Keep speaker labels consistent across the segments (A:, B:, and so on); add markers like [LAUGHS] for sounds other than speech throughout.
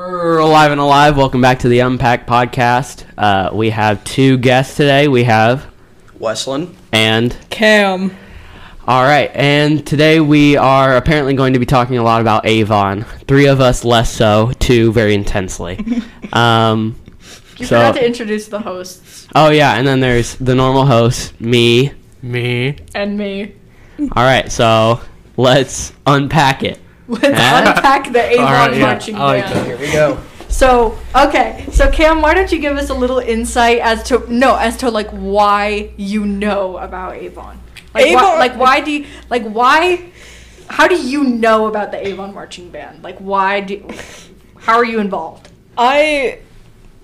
A: alive and alive. Welcome back to the Unpack Podcast. Uh, we have two guests today. We have
B: Westland.
A: and
C: Cam.
A: all right, and today we are apparently going to be talking a lot about Avon. Three of us less so, two very
C: [LAUGHS]
A: intensely. um,
C: You
A: So-
C: forgot to introduce the hosts
A: oh yeah, and then there's the normal host, me.
D: Me.
C: and me.
A: All right, so let's unpack it.
C: Let's
A: Huh?
C: unpack the Avon
D: right, yeah,
C: marching
D: I like
C: band.
B: Here we go.
C: So, okay, so Cam, why don't you give us a little insight as to no, as to like why you know about Avon? Like, Why,
E: Avon-
C: like why do you like why? How do you know about the Avon marching band? Like why do? How are you involved?
E: I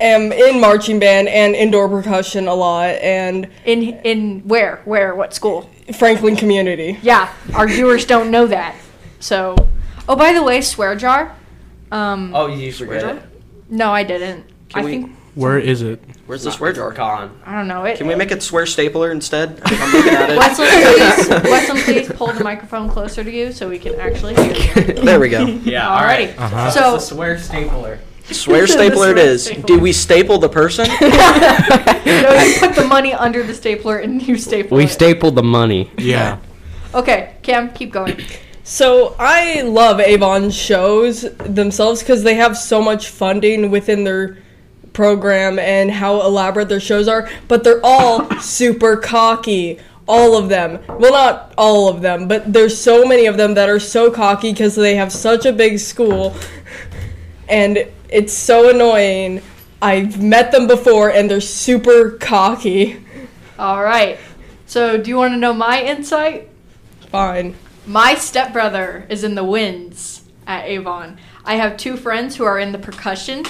E: am in marching band and indoor percussion a lot and
C: In in where where what school?
E: Franklin community.
C: Yeah, our viewers don't know that. So, oh, by the way, swear jar. Um,
B: Oh, you forget it.
C: no, I didn't. I
B: we-
C: think
D: Where is it?
B: Where's the swear jar con?
C: I don't know it.
B: Can we make it swear stapler instead? I'm looking
C: [LAUGHS]
B: at
C: Wesley,
B: it.
C: please, Wesley, please pull the microphone closer to you so we can actually
B: [LAUGHS]
C: hear you.
B: there we go.
A: Yeah.
C: Alrighty.
D: Uh-huh.
C: So,
A: swear stapler.
B: Swear stapler it
C: swear
B: is.
C: stapler.
B: Do we staple the person?
C: no, you put the money under the stapler and you staple
A: We
C: it.
A: stapled the money.
D: Yeah.
C: okay, Cam, keep going.
E: So I love Avon shows themselves because they have so much funding within their program and how elaborate their shows are, but they're all super cocky. All of them. Well, not all of them, but there's so many of them that are so cocky because they have such a big school and it's so annoying. I've met them before and they're super cocky.
C: All right. So, do you want to know my insight?
E: Fine.
C: My stepbrother is in the winds at Avon. I have two friends who are in the percussion.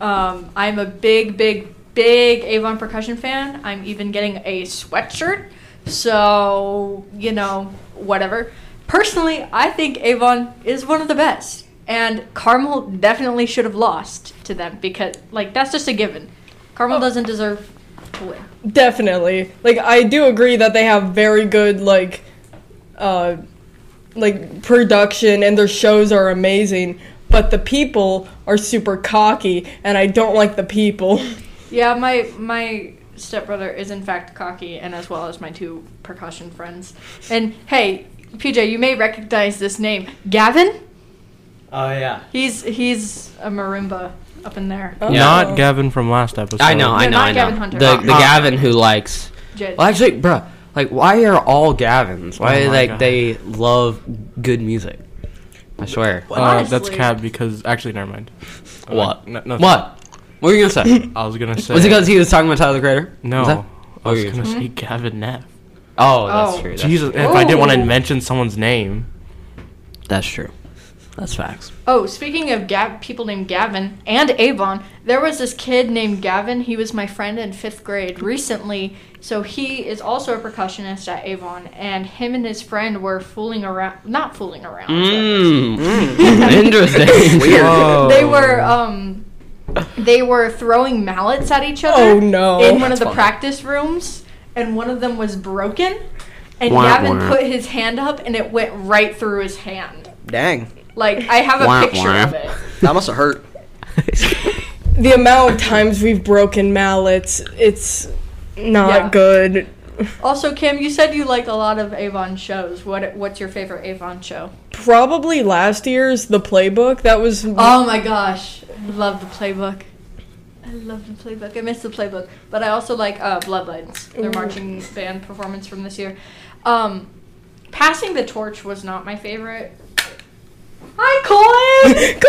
C: Um, I'm a big, big, big Avon percussion fan. I'm even getting a sweatshirt. So, you know, whatever. Personally, I think Avon is one of the best. And Carmel definitely should have lost to them because, like, that's just a given. Carmel doesn't deserve to win.
E: Definitely. Like I do agree that they have very good like uh like production and their shows are amazing, but the people are super cocky and I don't like the people.
C: Yeah, my my stepbrother is in fact cocky, and as well as my two percussion friends. And hey, PJ, you may recognize this name, Gavin.
B: Oh yeah.
C: He's he's a marimba up in there.
E: Uh,
D: Not Gavin from last episode.
A: I know, I
C: No,
A: know,
C: not
A: I know.
C: Gavin Hunter.
A: The
C: Uh,
A: the
D: Oh.
A: Gavin who likes.
C: Jed.
A: Well, actually, bruh, like why are all Gavins? Why
D: Oh my
A: like
D: God.
A: they love good music? I swear.
D: Uh, that's
C: Honestly.
D: Cab because actually, never mind. Uh,
A: What?
D: no- nothing.
A: What? What were you gonna say?
D: I was gonna
A: [LAUGHS]
D: say.
A: was it because he was talking about Tyler the Creator?
D: No.
A: Was that-
D: I
A: what were
D: was
A: you
D: gonna say Gavin Neff.
A: Oh, that's
C: Oh.
A: true. That's, Oh.
D: Jesus, if I didn't want to
C: Ooh.
D: mention someone's name.
A: that's true. That's facts.
C: Oh, speaking of Gav- people named Gavin and Avon, there was this kid named Gavin. He was my friend in fifth grade recently. So he is also a percussionist at Avon, and him and his friend were fooling around. Not fooling around.
A: [LAUGHS]
C: but-
A: Mm. Interesting.
D: Whoa.
E: Oh.
C: They were um they were throwing mallets at each other
E: Oh, no.
C: in one of the practice rooms and one of them was broken and
A: Wah,
C: Gavin
A: wah.
C: put his hand up and it went right through his hand.
B: Dang.
C: Like I have a
A: Wah,
C: picture
A: wah.
C: of it.
B: That must have hurt.
E: The amount of times we've broken mallets, it's not
C: Yeah.
E: good.
C: Also, Kim, you said you like a lot of Avon shows. What what's your favorite Avon show?
E: Probably last year's The Playbook, that was
C: Oh my gosh, I love the playbook. I love the playbook. I miss the playbook, but I also like uh, Bloodlines, their marching band performance from this year. Um, Passing the Torch was not my favorite. Hi, [LAUGHS] Colin.
E: [LAUGHS]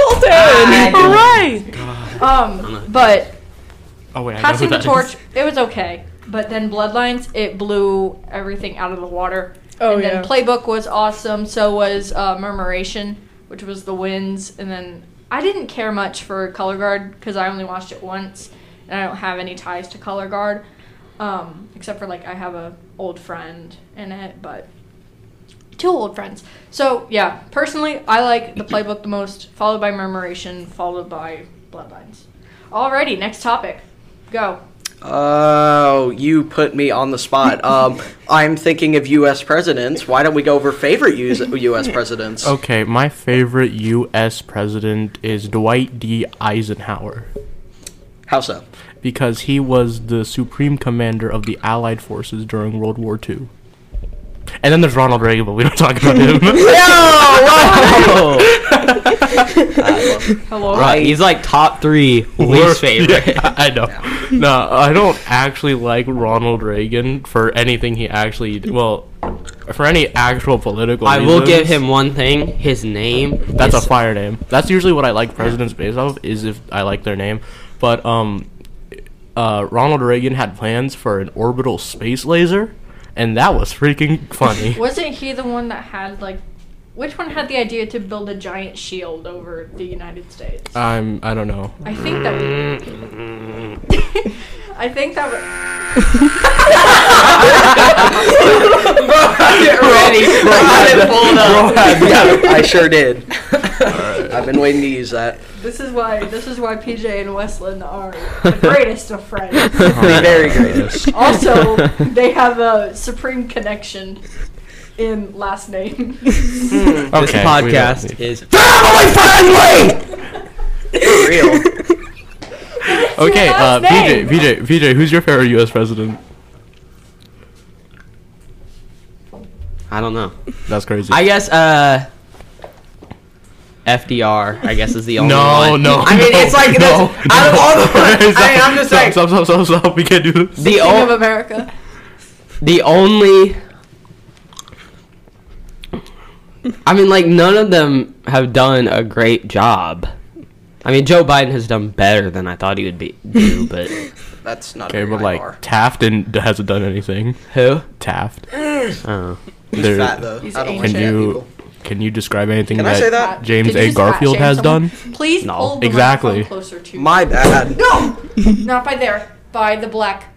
E: Colton!
C: All right.
D: God.
C: Um, but
D: Oh wait, I know who
C: Passing the
D: that
C: Torch,
D: is.
C: it was okay. But then Bloodlines, it blew everything out of the water.
E: Oh,
C: and then
E: yeah.
C: Playbook was awesome. So was uh, Murmuration, which was the wins. And then I didn't care much for Color Guard because I only watched it once, and I don't have any ties to Color Guard, um, except for like I have a old friend in it, but two old friends. So yeah, personally, I like the Playbook the most, followed by Murmuration, followed by Bloodlines. Alrighty, next topic. Go.
B: Oh, you put me on the spot. Um, I'm thinking of U.S. presidents. Why don't we go over favorite US, U.S. presidents?
D: Okay, my favorite U.S. president is Dwight D. Eisenhower
B: How so?
D: because he was the supreme commander of the Allied forces during World War II. And then there's Ronald Reagan, but we don't talk
A: [LAUGHS]
D: about him.
A: [LAUGHS] Oh,
C: Hello.
A: right, he's like top three least
D: Worst-
A: favorite.
D: [LAUGHS] Yeah, I know. No, I don't actually like Ronald Reagan for anything he actually. Well, for any actual political.
A: I will
D: reasons.
A: give him one thing. His name.
D: That's
A: is-
D: a fire name. That's usually what I like presidents based off is if I like their name. But um, uh, Ronald Reagan had plans for an orbital space laser, and that was freaking funny.
C: [LAUGHS] Wasn't he the one that had like, which one had the idea to build a giant shield over the United States?
D: I'm I don't know.
C: I think that.
D: Mm-hmm.
C: [LAUGHS] I think that. Was,
B: Get ready. yeah, I sure did. I've been waiting to use that.
C: this is why. This is why PJ and Westland are the greatest of
A: [LAUGHS]
C: friends.
B: The
D: [LAUGHS]
B: very greatest.
C: Also, they have a supreme connection in last name.
A: This podcast is family friendly.
B: For real.
D: Okay,
C: Your
D: uh,
C: last
D: PJ,
C: name.
D: PJ, PJ, who's your favorite U.S. president?
A: I don't know.
D: That's crazy.
A: I guess uh, FDR. I guess is the only
D: no,
A: one.
D: no.
A: I mean, it's like
D: no,
A: this, out of all the ones. I mean,
D: [LAUGHS] Stop,
A: I'm just
D: stop,
A: saying
D: Stop, stop, stop, stop. We can't do this.
A: the
C: King of
A: o-
C: America.
A: the only. I mean, like none of them have done a great job. I mean, Joe Biden has done better than I thought he would be do, but
B: That's not
D: Okay,
B: very
D: but
B: high
D: like
B: bar.
D: Taft and hasn't done anything.
A: who?
D: Taft.
B: Eh,
A: Oh.
B: He's
D: They're-
B: fat though.
C: He's
B: I don't like
C: ancient.
D: Can
B: fat
D: you
B: people.
D: can you describe anything
B: Can
D: that,
B: I say that?
D: James
C: Did you
D: A.
C: just fat
D: Garfield
C: shame
D: has
C: someone?
D: done?
C: Please
A: No.
C: hold the
D: Exactly.
C: microphone closer to
B: My bad. No.
C: you. Not by there. By the black.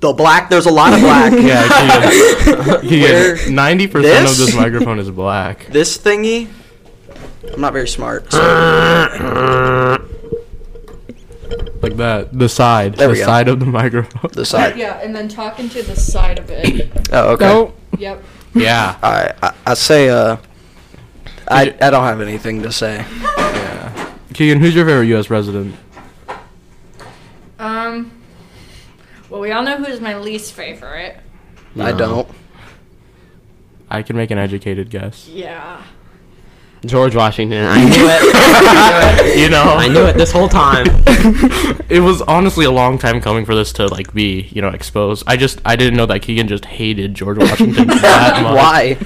B: The black. There's a lot of black.
D: [LAUGHS]
C: [LAUGHS]
D: Yeah,
B: Where-
D: ninety percent of
B: This? [LAUGHS]
D: this microphone is black.
B: This thingy. I'm not very smart.
D: Like that. The side.
B: There
D: the
B: we go.
D: side of the microphone.
B: the
D: [LAUGHS]
B: side.
C: Yeah, and then talking to the side of it.
B: Oh, okay. Uh,
C: Yep.
D: Yeah.
B: I, I I say uh. I, I don't have anything to say.
D: Keegan, who's your favorite US president?
C: Um. Well, we all know who's my least favorite.
B: I don't.
D: I can make an educated guess.
C: Yeah.
A: George Washington. I knew it.
D: you know
A: I knew it this whole time.
D: [LAUGHS] It was honestly a long time coming for this to like be, you know, exposed. I just I didn't know that Keegan just hated George
B: [LAUGHS]
D: Washington
A: [LAUGHS]
D: that much.
B: Why?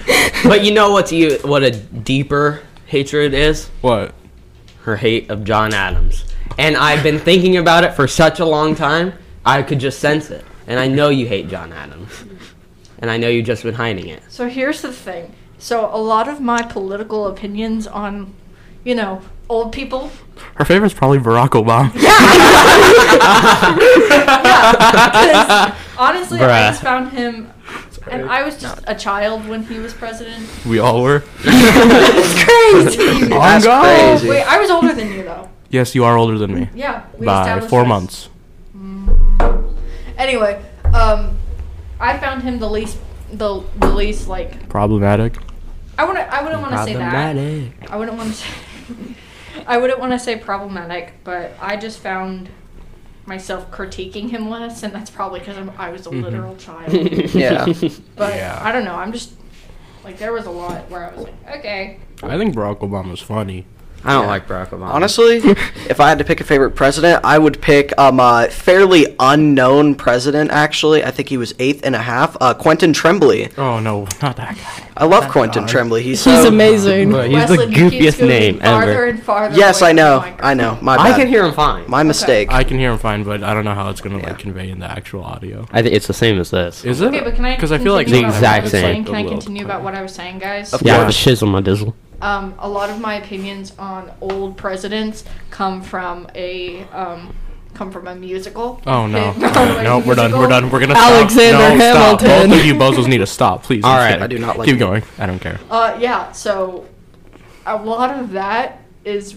A: But you know what's you what a deeper hatred is?
D: What?
A: Her hate of John Adams. And I've been thinking about it for such a long time, I could just sense it. And I know you hate John Adams. And I know you've just been hiding it.
C: So here's the thing. So a lot of my political opinions on, you know, old people.
D: Her favorite's probably Barack Obama.
C: Honestly, I
A: Bruh.
C: just found him, and I was just a child when he was president.
D: We
B: [LAUGHS]
D: all were. [LAUGHS]
C: Crazy.
B: That's crazy.
C: Wait, I was older than you though.
D: Yes, you are older than me.
C: Yeah. We
D: By
C: established
D: four
C: this.
D: months.
C: Anyway, um, I found him the least, the, the least like.
D: Problematic.
C: I wouldn't. I wouldn't want to say that. I wouldn't want to say [LAUGHS] I wouldn't want to say problematic, but I just found myself critiquing him less, and that's probably because I was a literal child.
A: [LAUGHS]
B: Yeah.
C: But
D: Yeah.
C: I don't know. I'm just like there was a lot where I was like, okay,
D: I think Barack Obama's funny.
A: I don't like Barack Obama.
B: Honestly, if I had to pick a favorite president, I would pick um, a fairly unknown president, actually. I think he was eighth and a half, uh, Quentin Tremblay.
D: Oh no, not that guy.
B: I love Quentin Tremblay. He's,
E: He's
B: so-
E: amazing.
A: Oh, But he's the
C: Wesley, you keep
A: goofiest
C: scooting
A: name
C: farther
A: ever.
C: and farther.
B: Yes,
C: away
B: I
C: from the
B: know.
C: microphone.
B: I know. My
A: I
B: bad.
A: can hear him fine.
B: My mistake.
D: I can hear him fine, but I don't know how it's gonna
B: Yeah.
D: like convey in the actual audio.
A: I think it's the same as this.
D: Is it?
C: Okay, but can I?
D: Because I feel like
C: continue
A: The
C: about what I
A: exact
C: was
A: same.
C: saying? Can I
D: A little
C: continue about what I was saying, guys?
B: Of
A: Yeah,
B: course.
A: shizzle my dizzle.
C: um, a lot of my opinions on old presidents come from a um, come from a musical. [LAUGHS]
D: Oh no!
C: Broadway
D: [LAUGHS] no, we're done. We're
C: musical.
D: done. We're gonna
E: Alexander
D: stop. No, Stop.
E: Hamilton.
D: Both of you bozos need to stop, please.
A: All
D: I'm
A: right.
D: kidding.
A: I
B: do not like
D: Keep
B: you.
D: going. I don't care.
C: Uh, yeah. So a lot of that is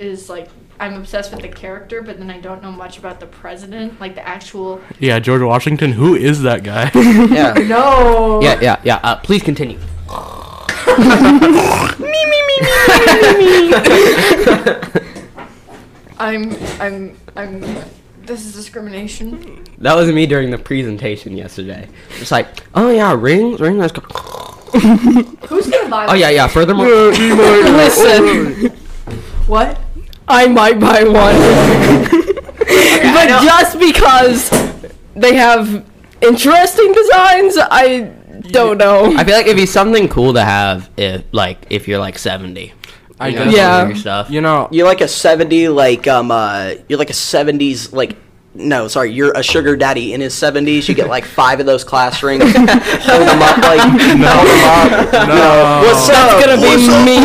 C: is like I'm obsessed with the character, but then I don't know much about the president, like the actual.
D: Yeah, George Washington. Who is
B: [LAUGHS]
D: that guy?
B: Yeah.
C: [LAUGHS] No.
A: Yeah, yeah, yeah. Uh, please continue.
C: I'm. I'm. I'm. This is discrimination.
A: That was me during the presentation yesterday. It's like, oh yeah, rings, rings. Let's go.
C: Who's gonna buy?
A: Oh yeah, yeah. Furthermore, [LAUGHS]
E: Listen,
C: What?
E: I might buy one, but just because they have interesting designs, I don't know.
A: I feel like it'd be something cool to have if, like, if you're like 70.
D: I
A: You know,
D: guess.
A: some
E: Yeah.
A: of your stuff.
D: You know,
B: You're like a 70, like, um, uh, you're like a 70s, like, no, sorry, you're a sugar daddy in his 70s. You get like five of those class rings. hold them up, like,
D: [LAUGHS] No.
B: hold them up.
D: No.
B: What's up?
E: gonna be
B: What's
E: me.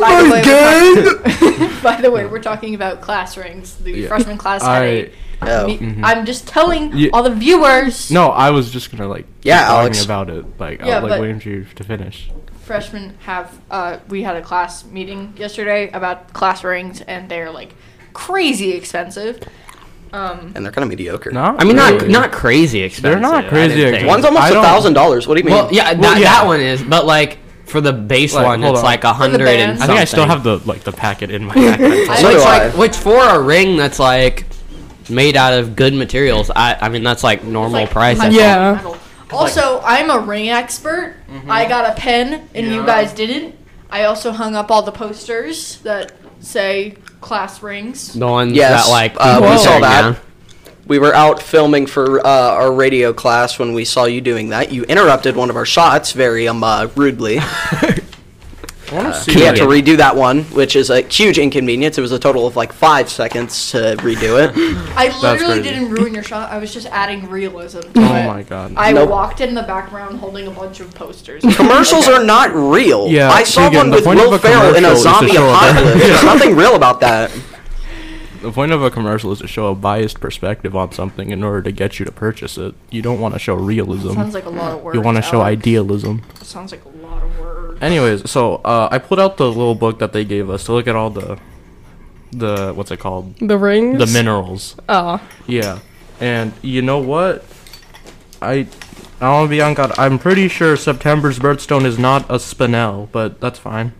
C: By the
B: up, my gang?
C: [LAUGHS] By the way, we're talking about class rings. The
D: Yeah.
C: freshman class. had
D: I
C: a-
B: Oh.
C: me- I'm just telling
D: Ye-
C: all the viewers.
D: no, I was just gonna like keep
B: Yeah,
D: talking
B: Alex.
D: about it. Like,
C: Yeah,
D: I was
C: but-
D: like waiting for you to finish.
C: freshmen have uh, we had a class meeting yesterday about class rings and they're like crazy expensive um
B: And they're kind of mediocre.
D: No,
A: I mean,
D: really.
A: not not crazy expensive.
D: They're not
A: I didn't
D: crazy
A: think.
D: expensive.
B: One's almost
D: I
B: a
D: don't-
B: thousand dollars. What do you mean?
A: Well, yeah, that,
D: Well, yeah.
A: that one is, but like for the base
D: Like,
A: one,
D: hold
A: it's
D: on.
A: like a hundred and
C: band.
D: I
A: something.
D: think I still have the like the packet in my backpack.
A: Which,
B: So do [LAUGHS] I.
A: like, which for a ring that's like made out of good materials, I I mean that's like normal
C: like
A: price. I
C: hundred
A: think.
E: Yeah.
C: metal. also i'm a ring expert i got a pen and you guys didn't i also hung up all the posters that say class rings
A: The ones
B: Yes,
A: that like
B: uh,
A: people
E: we saw
A: tear
B: that.
A: down.
B: We were out filming for uh, our radio class when we saw you doing that. You interrupted one of our shots very um uh, rudely.
D: I wanna see
B: We had to
A: Yeah.
B: redo that one, which is a huge inconvenience. It was a total of like five seconds to redo it.
C: i literally
D: crazy.
C: didn't ruin your shot i was just adding realism to
D: Oh
C: it.
D: my god.
C: i
B: Nope.
C: walked in the background holding a bunch
B: [LAUGHS]
C: of posters
B: Commercials are not real.
D: Yeah,
B: I saw one
D: Keegan, the
B: with
D: point of
B: Will
D: a
B: Ferrell in
D: commercial
B: a
D: is to
B: zombie
D: show a-
B: apocalypse.
D: [LAUGHS]
B: There's nothing real about that.
D: the point of a commercial is to show a biased perspective on something in order to get you to purchase it. You don't want to show realism.
C: sounds like a lot of work
D: you want to show idealism.
C: sounds like a lot of work
D: Anyways, so uh, I pulled out the little book that they gave us to look at all the the what's it called?
E: the rings.
D: The minerals.
E: Oh.
D: Yeah. And you know what? I I want to be on God. I'm pretty sure September's birthstone is not a spinel, but that's fine.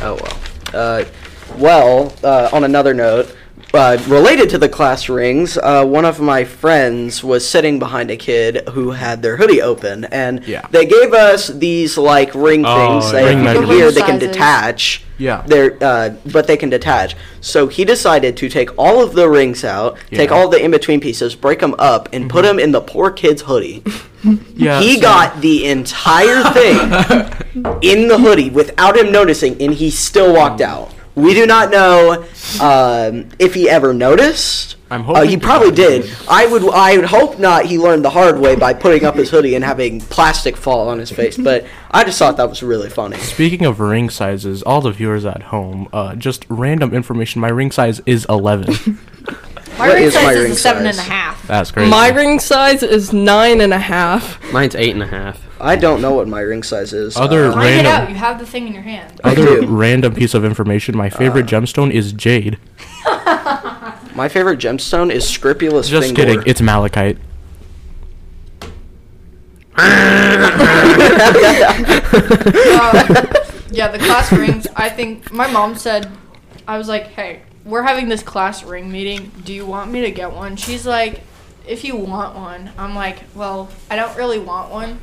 B: Oh well. Uh, well, uh, on another note, uh, related to the class rings, uh, one of my friends was sitting behind a kid who had their hoodie open, and
D: Yeah.
B: they gave us these like ring
D: Oh,
B: things that if
D: ring
B: you
D: measurements.
B: can hear they can
C: Sizes.
B: detach.
D: Yeah.
B: They're uh, but they can detach. So he decided to take all of the rings out, take
D: Yeah. Mm-hmm.
B: all the in between pieces, break them up, and put 'em put them in the poor kid's hoodie.
D: Yeah.
B: He
D: so-
B: got the entire thing
D: [LAUGHS]
B: in the hoodie without him noticing, and he still
D: Mm.
B: walked out. We do not know um, if he ever noticed.
D: I'm
B: Uh, he
D: hoping to
B: probably
D: God.
B: did. I would. I would hope not. He learned the hard way by putting up his hoodie and having plastic fall on his face. But I just thought that was really funny.
D: Speaking of ring sizes, all the viewers at home, uh, just random information. My ring size is
B: [LAUGHS]
D: 11.
C: my
B: What
C: ring
B: is
C: size
B: my
C: is
B: ring
C: a seven and a
B: size?
C: half
D: That's crazy.
E: My ring size is nine and a half.
A: Mine's eight and a half. [LAUGHS]
B: I don't know what my ring size is.
D: Other
B: Uh,
C: Find it
D: Random.
C: out. You have the thing in your hand.
B: I
D: Other
B: do.
D: random piece of information. My favorite gemstone is jade.
B: my favorite gemstone is scrupulous.
D: Just
B: Fingor.
D: kidding. It's malachite.
A: Oh,
C: Um, yeah, the class rings. I think my mom said, I was like, hey, we're having this class ring meeting. Do you want me to get one? She's like, if you want one. I'm like, well, I don't really want one,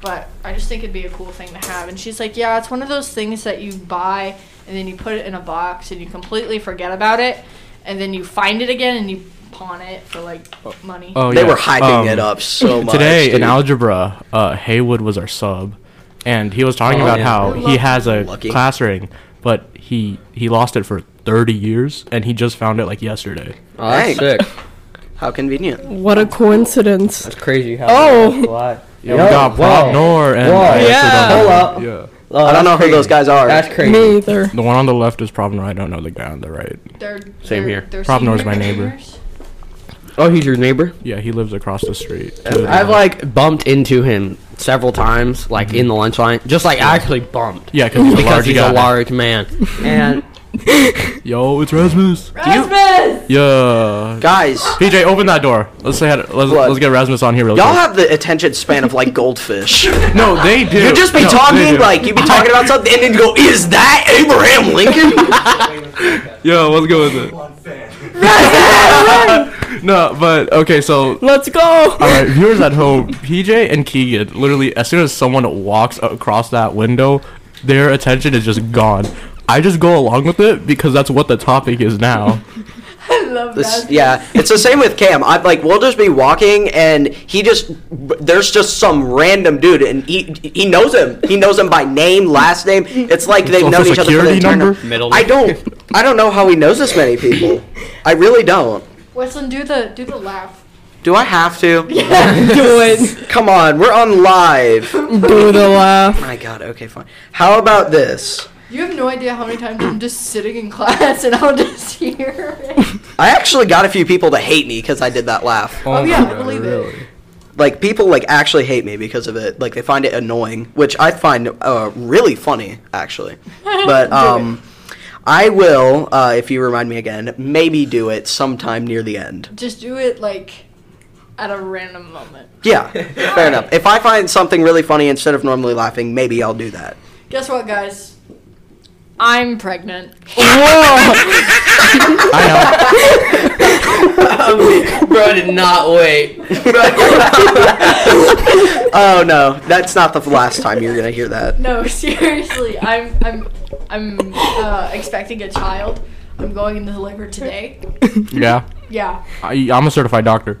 C: but I just think it'd be a cool thing to have. And she's like, yeah, it's one of those things that you buy and then you put it in a box and you completely forget about it and then you find it again and you pawn it for like money.
D: Oh,
B: They
D: yeah.
B: were hyping
D: Um,
B: it up so much.
D: [LAUGHS] Today in
B: dude.
D: algebra, uh, Haywood was our sub, and he was talking
A: Oh,
D: about
A: yeah.
D: how he has a
B: Lucky.
D: class ring, but he he lost it for 30 years, and he just found it like yesterday.
A: Oh, that's
B: Dang.
A: sick.
B: how convenient.
E: What a coincidence.
A: That's crazy. How
E: Oh.
D: Yeah, we got Prop Nor and
A: Whoa.
D: I actually
E: Yeah.
D: don't know-
A: Hold up.
D: yeah.
B: I don't know who those guys are.
A: That's crazy.
E: Me either.
D: The one on the left is Prop Nor. I don't know the guy on the right.
C: They're,
A: Same
C: they're,
A: here.
C: They're
D: Prob Nor's my
C: seniors.
D: neighbor.
A: Oh, he's your neighbor.
D: Yeah, he lives across the street.
A: I've like bumped into him several times, like in the lunch line, just like actually bumped.
D: Yeah, 'cause he's
A: [LAUGHS]
D: a
A: because
D: large
A: he's
D: guy.
A: a large man, and
D: Yo, it's Rasmus.
C: Rasmus!
D: Yeah.
B: Guys,
D: PJ, open that door. Let's say hi to- let's,
B: What?
D: let's get Rasmus on here real
B: y'all
D: quick.
B: have the attention span of like
D: [LAUGHS]
B: goldfish. [LAUGHS]
D: no, they do.
B: You'd just be
D: No, they
B: talking
D: do.
B: like you'd be talking about something, and then you go, "Is that Abraham Lincoln?"
D: Yo, let's go with it. [LAUGHS] No, but okay, so
E: Let's go.
A: Uh,
D: all right, viewers at home, PJ and Keegan, literally, as soon as someone walks across that window, their attention is just gone. I just go along with it because that's what the topic is now.
C: [LAUGHS] I love
B: This-
C: Rasmus.
B: yeah, it's the same with Cam. I'm like, we'll just be walking, and he just there's just some random dude, and he he knows him. He knows him by name, last name. It's like they've
D: Social
B: known each other for the
D: Security
B: entire.
D: number?
A: Middle
B: I
A: name.
B: don't. I don't know how he knows this many people. I really don't.
C: Weston, do the do the laugh.
B: Do I have
E: [LAUGHS]
B: to?
E: Do
B: [LAUGHS]
E: it.
B: Come on, we're on live.
E: [LAUGHS] Do the laugh.
B: My God. Okay, fine. How about this?
C: You have no idea how many times I'm just sitting in class and I'll just [LAUGHS] hear it.
B: I actually got a few people to hate me because I did that laugh.
C: Oh, yeah, I believe it.
B: like people like actually hate me because of it like they find it annoying which i find uh, really funny
E: [LAUGHS]
B: actually but um i will uh, if you remind me again maybe do it sometime near the end
C: Just do it like at a random moment.
B: yeah
E: [LAUGHS]
B: fair enough if i find something really funny instead of normally laughing maybe i'll do that
C: Guess what, guys? I'm pregnant.
D: I
A: Bro, I did not wait.
B: [LAUGHS] oh no that's not the last time you're gonna hear that
C: No, [LAUGHS] seriously, I'm I'm I'm uh, expecting a child. I'm going in the deliver today.
D: know.
B: [LAUGHS]
D: Yeah,
C: Yeah.
D: I, I'm a certified doctor.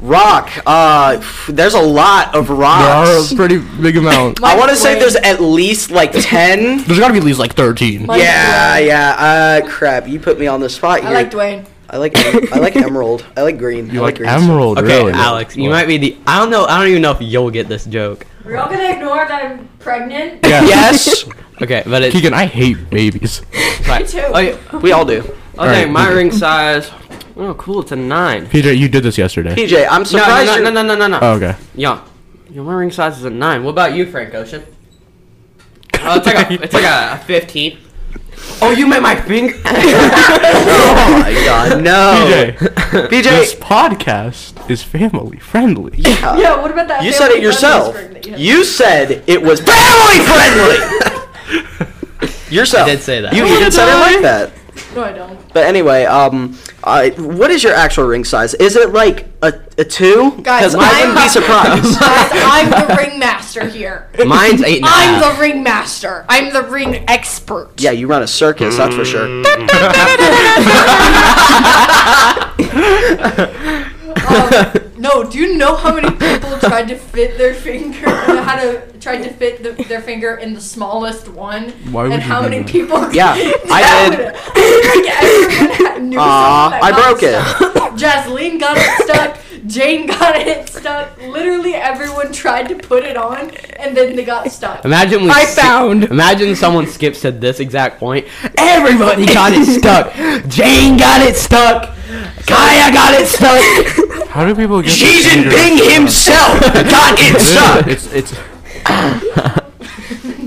B: rock uh there's a lot of
D: There are
B: rocks
D: a pretty big amount.
B: i want to say
C: Wait.
B: there's at least like
A: [LAUGHS]
B: 10
D: There's gotta be at least like thirteen.
C: My-
B: Yeah,
C: Dwayne.
B: yeah. Uh, crap. You put me on the spot here.
C: I like Dwayne.
B: I like. em- I like emerald. I like green.
D: You
B: I like,
D: like
B: green stuff.
D: emerald?
A: Okay,
D: really?
A: Alex, you might be the. I don't know. I don't even know if you'll get this joke.
C: We're all gonna ignore that I'm pregnant.
D: Yeah. [LAUGHS]
B: Yes,
A: Okay, but it's.
D: Keegan, I hate babies.
A: fine.
C: too.
A: Oh, yeah.
B: we all do.
A: Okay,
D: Alright,
A: my
D: okay.
A: ring size. Oh, cool. It's a nine.
D: PJ, you did this yesterday.
B: PJ, I'm
A: No,
B: surprised.
A: no,
B: you're-
A: no, no, no, no, no.
D: Oh, okay.
A: Yo, yo, my ring size is a nine. What about you, Frank Ocean? Oh, it's like a, it's like a fifteen. Oh, you met my [LAUGHS] finger.
B: [LAUGHS] Oh my god, [LAUGHS] no.
D: PJ, this
B: PJ,
D: podcast is family friendly.
B: yeah.
C: Yeah, what about that?
B: You said it
C: family friend that's
B: yourself.
C: pregnant? Yeah.
B: You said it was family
A: [LAUGHS]
B: friendly. yourself.
A: I did say that.
C: Oh
B: You even said it like that.
C: No, I don't.
B: But anyway, um, I, what is your actual ring size? Is it like a, a two?
C: Guys,
B: Because I wouldn't be
C: I'm- [LAUGHS]
B: surprised.
C: Guys, I'm the ringmaster here.
A: Mine's eight and a
C: I'm
A: half.
C: the ringmaster. I'm the ring expert.
B: yeah, you run a circus, that's for sure. [LAUGHS]
C: Um, no, do you know how many people tried to fit their finger? How to tried to fit the, their finger in the smallest one?
D: Why would
C: and
D: you
C: how
D: do
C: many
D: that?
C: people? [LAUGHS]
B: Yeah, I did.
C: I did. everyone knew
B: Aw,
C: someone that
B: I
C: got
B: broke it.
C: stuck. Jasleen got it stuck. Jane got it stuck. Literally everyone tried to put it on, and then they got stuck.
A: Imagine we.
E: I
A: si-
E: found.
A: Imagine someone skips to this exact point. Everybody got it stuck. Jane got it stuck. Kaya got it [LAUGHS] stuck.
D: How do people get?
B: Xi
D: this finger-
B: Jinping
C: [LAUGHS]
B: himself got it stuck.
D: It's it's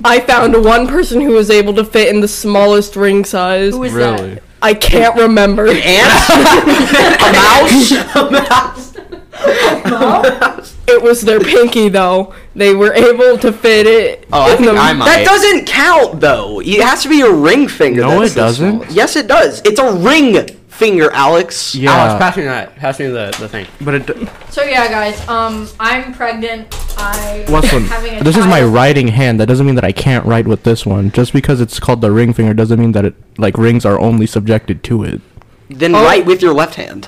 E: I found one person who was able to fit in the smallest ring size.
C: Who is
D: really.
C: that?
E: I can't remember. It was their pinky though. They were able to fit it.
A: Oh, I
E: in
A: think [LAUGHS]
E: the-
A: I might.
B: That doesn't count though. It has to be your ring finger.
D: No,
B: that's
D: it
B: the
D: doesn't.
B: smallest. Yes, it does. It's a ring finger, Alex.
D: Yeah,
A: Alex, pass me Oh, that. Pass me the, the thing.
D: but it
C: So yeah, guys. Um, I'm pregnant. I
D: Weston,
C: having a
D: this is my
C: child.
D: writing hand. That doesn't mean that I can't write with this one. Just because it's called the ring finger doesn't mean that it like rings are only subjected to it.
B: Then
C: Oh.
B: write with your left hand.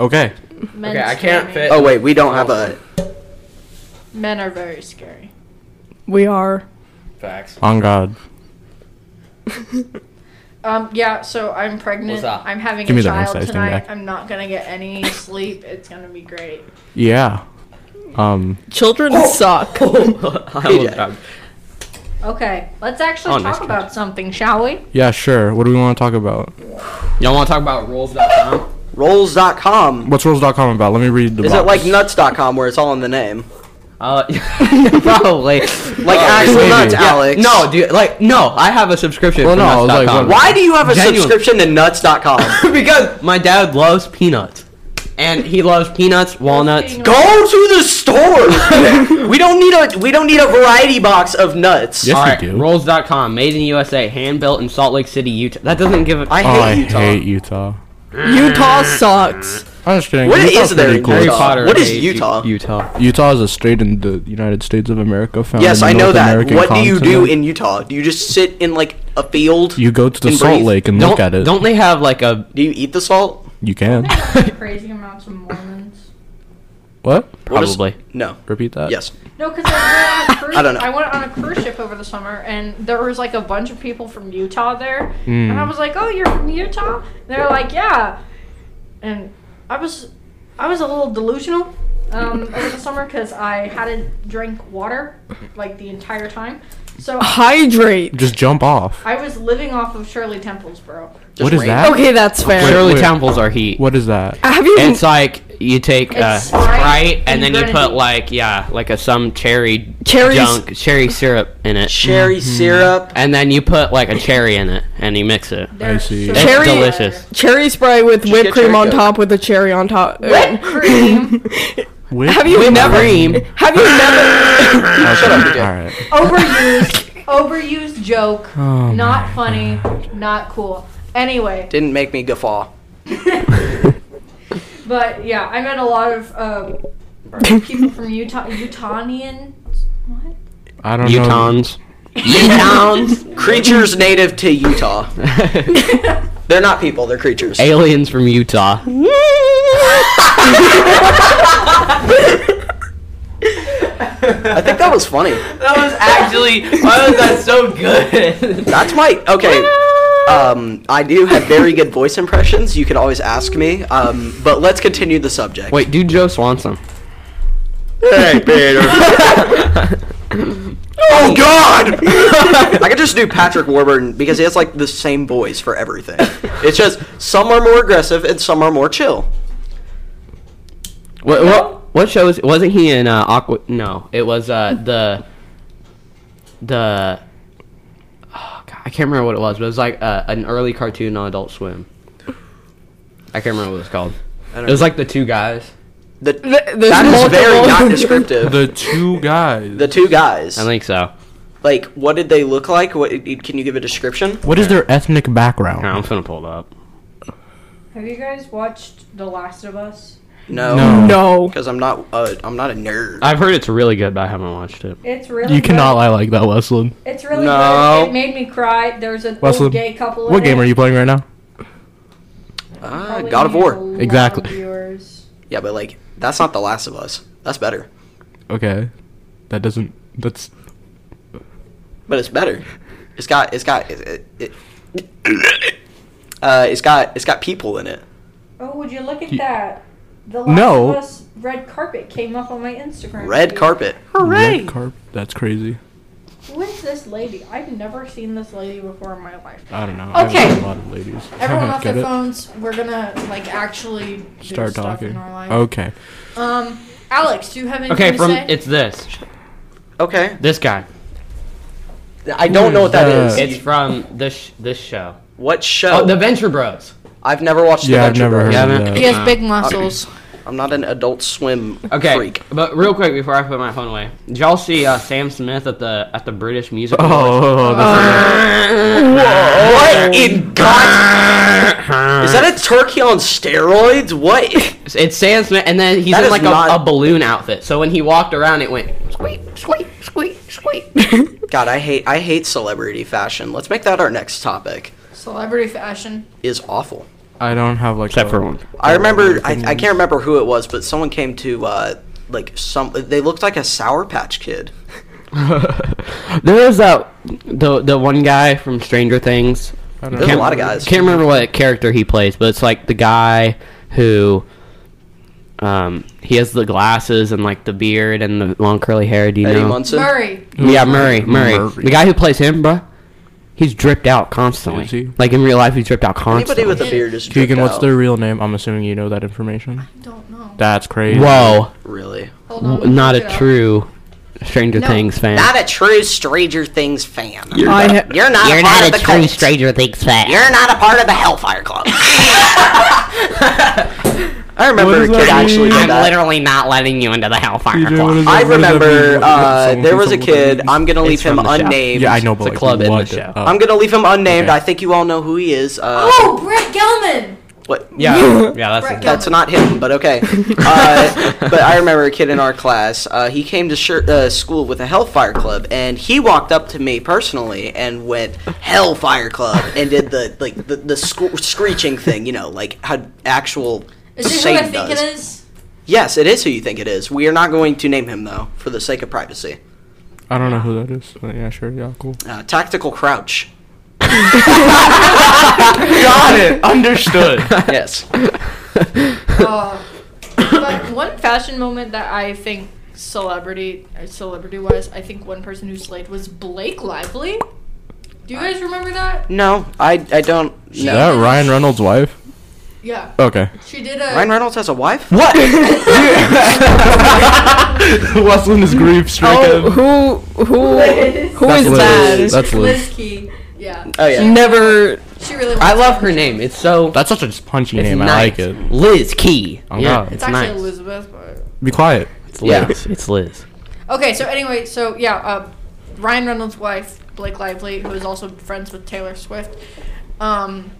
D: Okay.
C: Men's
A: Okay, I can't
C: scary.
A: fit.
B: Oh wait, we don't have a.
C: Men are very scary.
E: we are.
A: [LAUGHS] Facts.
D: On God.
C: Um, yeah, so I'm pregnant.
A: What's up?
C: I'm having
D: Give
C: a
D: me that one
C: child
D: size thing
C: tonight.
D: back.
C: I'm not gonna get any sleep. It's gonna be great.
D: Yeah. Um,
E: Children
C: Oh.
E: suck.
A: Oh, I almost dropped.
C: Okay, let's actually
A: Oh, nice
C: talk
A: catch.
C: about something, shall
D: [LAUGHS]
C: we?
D: yeah, sure. What do we want to talk about?
A: Y'all want to talk about rolls.com?
B: Rolls.com.
D: What's rules.com about? Let me read the
B: Is
D: box.
B: it like nuts.com where it's all in the name?
D: [LAUGHS]
A: Uh, probably.
B: Like actual
D: maybe.
B: nuts,
D: Yeah,
B: Alex.
A: Oh, No, dude. Like, no. I have a subscription
D: Well,
A: for
D: no, I was like,
A: nuts.com.
D: what-
B: Why do you have a
A: Genuine.
B: subscription to
D: [LAUGHS]
B: nuts.com?
A: because my dad loves peanuts, and he loves peanuts, walnuts.
C: Peanuts.
B: Go to the store. we don't need a we don't need a variety box of nuts.
D: Yes,
A: All
D: we
A: right,
D: do.
A: rolls.com, made in USA, hand built in Salt Lake City, Utah. That doesn't give a.
B: I
D: oh,
B: hate
D: I
B: Utah.
D: hate Utah.
E: Utah sucks.
D: I'm just kidding.
B: What is
D: Utah's
B: there
D: pretty
B: in
D: cool.
A: Harry
B: Utah?
A: Potter.
B: What is
A: hates
B: Utah?
A: U- Utah.
D: Utah is a state in the United States of America. Found
B: Yes,
D: in the
B: I know
D: North
B: that.
D: American
B: what do you do
D: continent.
B: in Utah? Do you just sit in like a field?
D: You go to the
B: and
D: Salt
B: breathe?
D: Lake and
A: Don't,
D: look at it.
A: don't they have like a.
B: Do you eat the salt? [LAUGHS]
D: You can.
C: Crazy amounts of Mormons.
D: what?
B: What is-
A: Probably.
B: No.
D: Repeat that.
B: Yes.
C: No, because I
A: [LAUGHS]
C: went on a cruise.
B: I don't know.
C: I went on a cruise ship over the summer, and there was like a bunch of people from Utah there, and
D: Hmm.
C: I was like, "Oh, you're from Utah?" And they're like, "Yeah," and I was, I was a little delusional um, over the summer because I hadn't drank water like the entire time, so
E: Hydrate.
D: Just jump off.
C: I was living off of Shirley Temple's, bro.
D: What
B: Just
D: is
B: rain.
D: that?
E: Okay, that's fair.
A: Shirley
D: wait.
A: Temples are heat.
D: What is that?
E: Have you?
C: [LAUGHS]
A: It's like you take uh,
C: It's Sprite
A: Sprite and
C: and
A: then you put
C: grenadine.
A: like yeah, like a some cherry
E: Cherry s-
A: junk, cherry syrup in it.
B: Cherry
D: Mm-hmm.
B: syrup.
A: And then you put like a cherry in it and you mix it.
C: They're
D: see.
C: so
D: It's
C: good.
A: delicious.
E: cherry Sprite with
B: get
E: whipped cream
B: cherry
E: on
B: coke.
E: top with a cherry on top.
C: Whipped cream
D: [LAUGHS]
E: [LAUGHS]
D: Whip
E: Have you never?
A: cream.
E: Have you never?
B: Shut up, you dick.
D: All right.
C: overused, overused joke.
D: Oh,
C: not funny, not cool. Anyway,
B: Didn't make me guffaw.
C: But yeah, I met a lot of um, people from Utah, Utahnian. What?
D: I don't know.
A: Utahns.
D: [LAUGHS]
B: Creatures native to Utah.
C: [LAUGHS]
B: They're not people. They're
A: [LAUGHS]
B: creatures.
A: Aliens from Utah.
B: I think that was funny.
A: That was actually why was that so good?
B: That's my okay. Um, I do have very good voice impressions. You can always ask me. Um, but let's continue the subject.
A: Wait, do Joe Swanson.
B: Hey, Peter. oh God! [LAUGHS] I could just do Patrick Warburton because he has like the same voice for everything. It's just some are more aggressive and some are more chill.
A: What what what show is wasn't he in uh, Aqua no, it was uh the the oh, God, I can't remember what it was, but it was like uh, an early cartoon on Adult Swim. I can't remember what it was called. It was like the two guys.
B: The,
E: [LAUGHS] Th- there's
B: that is very [LAUGHS]
E: multiple- [LAUGHS]
B: not descriptive. the,
D: The two guys.
B: two guys.
A: I think so.
B: like, what did they look like? What can you give a description?
D: what is their ethnic
A: Here, I'm
D: background?
A: finna pull it up.
C: Have you guys watched The Last of Us?
B: No,
E: no.
B: because I'm not. Uh, I'm not a nerd.
A: I've heard it's really good, but I haven't watched it.
C: It's really
D: You cannot
C: good.
D: lie like that, Wesley.
C: It's really
B: No.
C: good. It made me cry. There's an
D: Wesley,
C: old gay couple.
D: What
C: in
D: game
C: it.
D: are you playing right now?
B: ah,
C: Probably
B: God of
C: needs a
B: War.
C: lot
D: Exactly.
C: of viewers.
B: Yeah, but like, that's not The Last of Us. That's better.
D: Okay. That doesn't. That's.
B: but it's better. It's got it's got it, it, it- uh, it's got it's got people in it.
C: Oh, would you look at
D: Ye-
C: that? The Last
D: No.
C: of Us red carpet came up on my Instagram.
B: Red
C: feed.
B: carpet.
D: Red carp. That's crazy.
C: Who is this lady? I've never seen this lady before in my
D: [LAUGHS]
C: life.
D: I don't know. I haven't
C: Okay.
D: met A lot of ladies.
C: [LAUGHS]
D: [LAUGHS]
C: Everyone off
D: Get
C: their
D: it?
C: phones. We're gonna like actually do
D: Start
C: stuff in
D: talking. Oh.
C: our life.
D: Okay.
C: Um, Alex, do you have anything
A: Okay,
C: to
A: from
C: say?
A: it's this.
B: Okay,
A: This guy.
B: I don't know what that is.
D: What
A: It's from this sh- this show.
B: what show?
A: Uh, Oh, The Venture Bros.
B: I've never watched.
D: Yeah,
B: the
D: I've
B: Venture
D: never
B: Bros.
D: heard
A: Yeah,
D: of
A: man.
D: that.
C: he has big muscles.
B: I'm not an Adult Swim
A: Okay,
B: freak.
A: but real quick before I put my phone away, did y'all see uh, Sam Smith at the at the British Music Awards?
D: Oh,
C: Uh,
B: What in God? Is that a turkey on steroids? What?
A: It's Sam Smith, and then he's
B: That
A: in
B: is
A: like a,
B: not-
A: a balloon outfit. So when he walked around, it went squeak, squeak, squeak, squeak.
B: God, I hate I hate celebrity fashion. Let's make that our next topic.
C: Celebrity fashion.
B: Is awful.
D: I don't have like.
A: Except
D: a-
A: for one.
B: I remember, I, I can't remember who it was, but someone came to, uh, like, some. They looked like a Sour Patch Kid.
A: there was that the the one guy from Stranger Things.
D: I don't
B: There's
D: know.
B: a lot of guys.
A: Can't remember what character he plays, but it's like the guy who, um, he has the glasses and like the beard and the long curly hair. Do you
B: Eddie
A: know?
B: Munson.
C: Murray.
A: Yeah, Murray, Murray.
D: Murray.
A: The guy who plays him, bruh, he's dripped out constantly.
D: Is he?
A: Like in real life, he's dripped out constantly.
B: Anybody with a beard is
D: Keegan,
B: dripped
D: what's
B: out.
D: their real name? I'm assuming you know that information.
C: Don't know.
D: That's crazy.
A: Whoa,
B: really
C: Hold
A: w-
C: on.
A: not
C: Look
A: a
C: it up.
A: true Stranger
C: No.
A: Things fan.
F: Not a true Stranger Things fan. You're,
A: I ha-
B: [LAUGHS]
F: not a part of the cult.
A: Things fan.
F: You're not a part of the Hellfire
D: [LAUGHS]
F: Club.
B: I remember a
D: does that
B: kid actually
D: mean?
B: did that.
A: literally not letting you into the Hellfire
D: TJ, what is that-
B: I
D: what does that mean?
B: remember
D: What- what-
B: uh,
D: someone
B: there
D: thinks
B: was a
D: I'm looking at
B: kid.
D: you?
B: I'm gonna leave him
A: from the show.
B: unnamed.
D: Yeah, I know, but
A: It's a
D: like,
A: club in the
D: what-
A: show.
D: uh,
B: I'm gonna leave him unnamed.
D: Okay.
B: I think you all know who he is. Uh,
C: Oh, Brett Gelman.
B: what?
A: [LAUGHS] Yeah, yeah,
C: Brett
A: that's
C: Gelman.
B: That's not him, but okay. Uh, but I remember a kid in our class. Uh, he came to shir- uh, school with a Hellfire Club, and he walked up to me personally and went Hellfire Club and did the like the, the sc- screeching thing, you know, like how actual
C: Is this
B: Satan
C: who I think
B: does.
C: it is?
B: Yes, it is who you think it is. We are not going to name him though, for the sake of privacy.
D: I don't know who that is. Uh, yeah, sure. Yeah,
A: [LAUGHS]
D: cool.
B: Uh, Tactical Crouch.
D: Got it. [LAUGHS] Understood.
B: Yes.
C: Uh, but one fashion moment that I think celebrity, celebrity wise, I think one person who slayed was Blake Lively. Do you guys remember that?
B: No, I I don't.
D: Is
B: No.
D: that Ryan Reynolds' wife?
C: Yeah,
D: Okay.
C: she did a.
E: [LAUGHS]
B: Ryan Reynolds has a wife.
D: [LAUGHS]
A: What?
D: Wesleyan is grief
E: [LAUGHS] Oh, who who who
D: That's
E: is
D: Liz.
E: that?
D: That's Liz.
C: Liz Key. Yeah,
B: Oh yeah.
E: Never.
C: she really.
A: I
C: wants
A: love
C: to-
A: her name. It's so.
D: That's such a punchy
A: it's
D: name.
A: nice.
D: I like it.
A: Liz Key.
D: Oh,
A: yeah,
D: God.
A: it's,
C: It's actually
A: nice.
C: Elizabeth. But...
D: Be quiet.
A: It's
B: Yeah.
A: Liz. It's Liz.
C: Okay, so anyway, so yeah, uh, Ryan Reynolds' wife, Blake Lively, who is also friends with Taylor Swift, um,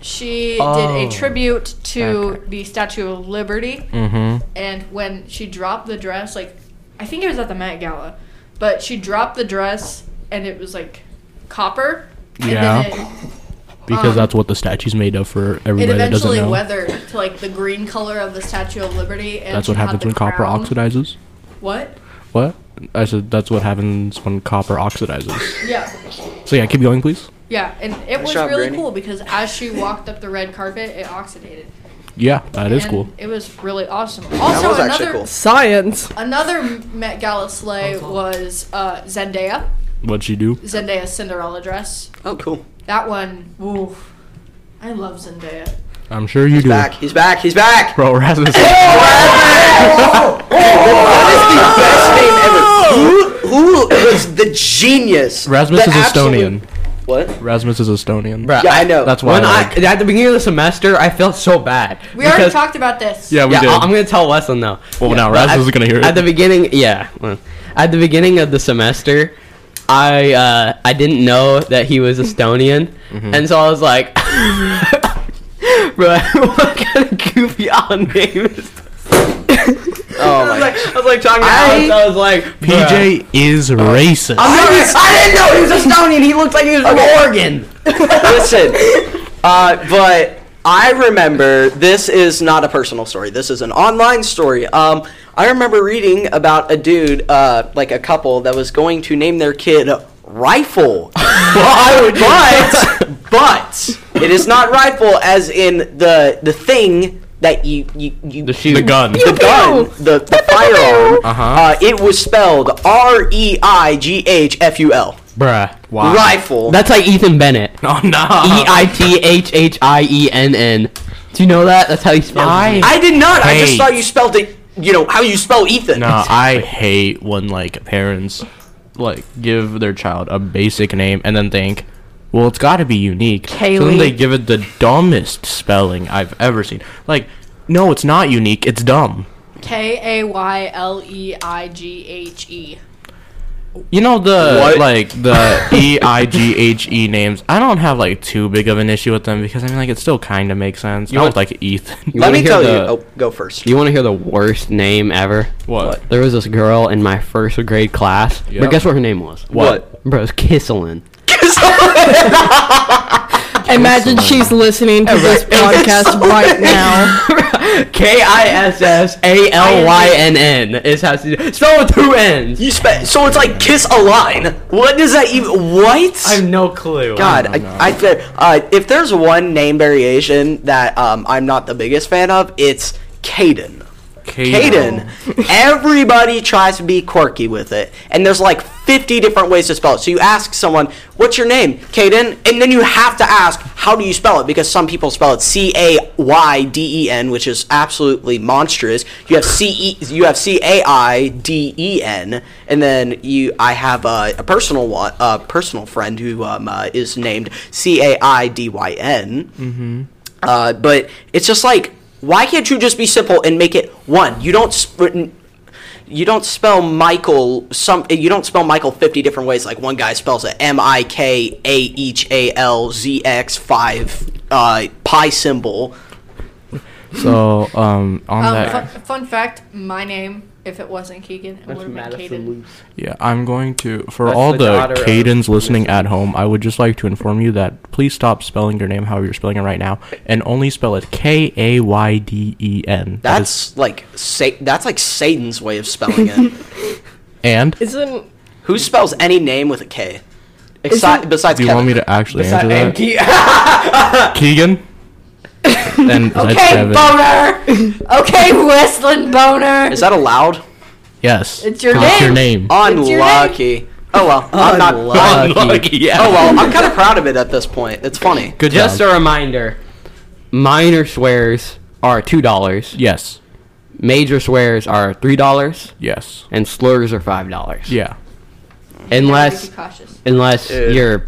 C: she did
A: Oh.
C: a tribute to
A: Okay.
C: the Statue of Liberty,
D: Mm-hmm.
C: and when she dropped the dress, like, I think it was at the Met Gala, but she dropped the dress, and it was like copper. and
D: Yeah.
C: then it-
D: Because
C: Um,
D: that's what the statue's made of for
C: it
D: everybody that doesn't
C: eventually
D: know.
C: weathered to like the green color of the Statue of Liberty, and
D: that's what
C: she had
D: happens
C: the
D: when copper
C: crown.
D: oxidizes.
C: What?
D: What? I said that's what happens when copper oxidizes.
C: Yeah.
D: so yeah, keep going, please.
C: Yeah, and it was
B: job,
C: really
B: Granny.
C: cool because as she walked up the red carpet, it oxidated.
D: Yeah, that is
C: and
D: cool.
C: It was really awesome. Also,
B: was actually
C: another
B: cool.
E: Science.
C: another Met Gala sleigh was uh, Zendaya.
D: What'd she do?
C: Zendaya's Cinderella dress.
B: Oh cool.
C: That one, woof. I love Zendaya.
D: I'm sure you do.
B: Back. He's back. He's back.
D: Bro, Rasmus.
B: That is the best name ever. Who, who is the genius?
D: [LAUGHS] Rasmus
B: The
D: is Estonian.
B: absolute- What?
D: Rasmus is Estonian.
A: Bruh,
B: Yeah, I know.
D: That's why.
A: When
D: I
A: I,
D: like-
A: at the beginning of the semester, I felt so bad.
C: We already
A: because-
C: talked about this.
D: yeah, we
A: yeah,
D: did.
A: I- I'm gonna tell Wesley now.
D: well, now
A: But
D: Rasmus
A: at-
D: is gonna hear it.
A: At the beginning, yeah. well, At the beginning of the semester, I uh, I didn't know that he was Estonian, and so I was like, [LAUGHS] "Bro, [LAUGHS] what kind of goofy odd name is?" This?
B: Oh
A: I
B: my.
A: was like, I was like talking to
B: I-
A: Alex. I was like,
D: PJ is racist.
A: I, didn't- I
B: [LAUGHS]
A: didn't know he was Estonian. He looked like he was from Oregon.
B: Listen, uh, but I remember this is not a personal story. This is an online story. Um, I remember reading about a dude, uh, like a couple, that was going to name their kid [LAUGHS] Rifle. but, but it is not rifle as in the the thing that you you, you
A: The shoe.
D: the gun.
B: the gun, the, the firearm.
D: Uh-huh.
B: Uh, it was spelled R E I G H F U L.
A: Bruh.
D: Wow.
B: Rifle.
A: That's like Ethan Bennett. E
D: [LAUGHS] Oh no.
A: I T H H I E N N. Do you know that? That's how he spells
D: I-
A: it.
B: I did not. I just
D: Hey.
B: thought you spelled it. You know how you spell Ethan. [LAUGHS]
D: No, I hate when like parents like give their child a basic name and then think, well, it's got to be unique. So then
E: Kaylee.
D: they give it the dumbest spelling I've ever seen. Like, no, it's not unique. It's dumb.
C: K A Y L E I G H E.
D: You know the
B: What?
D: like the E I G H E names. I don't have like too big of an issue with them because I mean like it still kind of makes sense. I
A: want-
D: don't like [LAUGHS] Ethan.
B: Let
A: wanna
B: me
A: hear
B: tell you.
A: the-
B: Oh, go first.
A: You want to hear the worst name ever?
D: What?
A: There was this girl in my first grade class. But
D: Yep.
A: guess what her name was?
D: What?
A: Bro, it was Kisselin. podcast.
E: Imagine she's listening
B: [LAUGHS]
E: to this podcast right now.
A: K I S S A L Y N N is how she spell with two N's.
B: You spe- so it's like kiss a line. What does that even? What?
A: I have no clue.
B: God, I, I feel- uh, if there's one name variation that um, I'm not the biggest fan of, it's Caden. Caden. [LAUGHS] Everybody tries to be quirky with it, and there's like 50 different ways to spell it. So you ask someone, "What's your name, Caden?" and then you have to ask, "How do you spell it?" Because some people spell it C A Y D E N, which is absolutely monstrous. You have C E, you have C A I D E N, and then you, I have a, a personal one, a personal friend who um, uh, is named C A I D Y N. Uh, but it's just like, why can't you just be simple and make it one? You don't. Sp- you don't spell Michael some. You don't spell Michael fifty different ways. Like one guy spells it M I K A H A L Z X five uh, pi symbol.
D: So um on
C: Um,
D: that
C: fun, fun fact: my name, if it wasn't Keegan, it would have been Caden.
D: yeah, I'm going to for
A: That's
D: all
A: the
D: the,
A: daughter of
D: Cadens listening at home, I would just like to inform you that please stop spelling your name however you're spelling it right now and only spell it K A Y D E N. That is-
B: That's like sa- that's like Satan's way of spelling
D: [LAUGHS]
B: it.
D: and
E: Isn't
B: Who spells any name with a K? Exci-
E: Isn't-
B: besides,
D: do you
B: Kevin.
D: want me to actually answer that?
A: Ke-
B: [LAUGHS]
D: Keegan? and okay,
C: boner. [LAUGHS] okay, Westland boner.
B: Is that allowed?
D: Yes.
C: It's your
D: It's your
C: name.
D: name.
B: Oh,
D: Uh,
C: your name?
B: Unlucky. Oh well, I'm not.
A: Unlucky.
D: yeah.
B: Oh well, I'm kind of proud of it at this point. It's funny.
D: Good
A: Just
D: job.
A: a reminder: minor swears are two dollars,
D: yes.
A: major swears are three dollars,
D: Yes.
A: and slurs are five dollars.
D: Yeah.
A: unless
C: Be cautious.
A: unless you're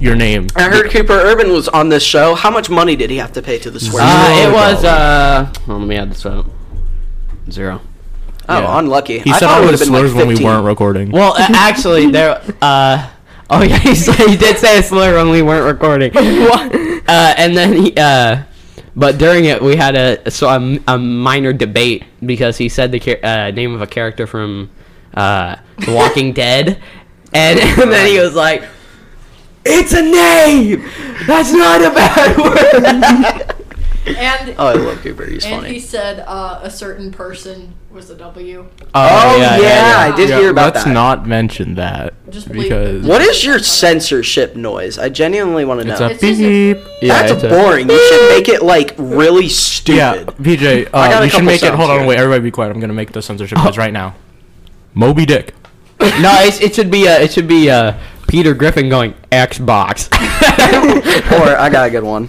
D: Your name.
B: I heard Cooper Urban was on this show. How much money did he have to pay to the Oh, swear?
A: Uh,
D: Zero
A: it was
D: dollars.
A: uh. Well, let me add this up. Zero.
B: oh,
D: yeah.
B: unlucky.
D: He
B: I
D: said
B: thought
D: all
B: it would've
D: the
B: been
D: slurs when we
B: 15.
D: weren't recording.
A: Well, uh, actually, there. Uh, [LAUGHS] oh yeah, he, said, he did say a slur when we weren't recording. uh, and then he. Uh, but during it, we had a so a, a minor debate because he said the char- uh, name of a character from uh, The Walking Dead, and, [LAUGHS] and then he was like, "It's a name. That's not a bad [LAUGHS] word."
C: And
B: Oh, I love Cooper. He's
C: and
B: funny.
C: he said uh, a certain person was a W.
B: Oh, yeah, I did
D: Uh, Yeah,
B: hear about
D: let's
B: that.
D: not mention that
C: Just bleep
D: because
B: what is your censorship noise? I genuinely want to know.
D: it's a
C: It's just a-
D: beep.
B: That's
A: it's a-
B: boring. you should make it like really stupid.
D: Yeah, PJ,
B: got
D: uh,
B: a
D: you should
B: couple
D: make it.
B: sounds
D: Hold on,
B: here. Oh.
D: wait, everybody, be quiet. I'm gonna make the censorship noise right now. Moby Dick.
A: No, it, it should be uh, it should be uh, Peter Griffin going Xbox. [LAUGHS]
B: Or I got a good one.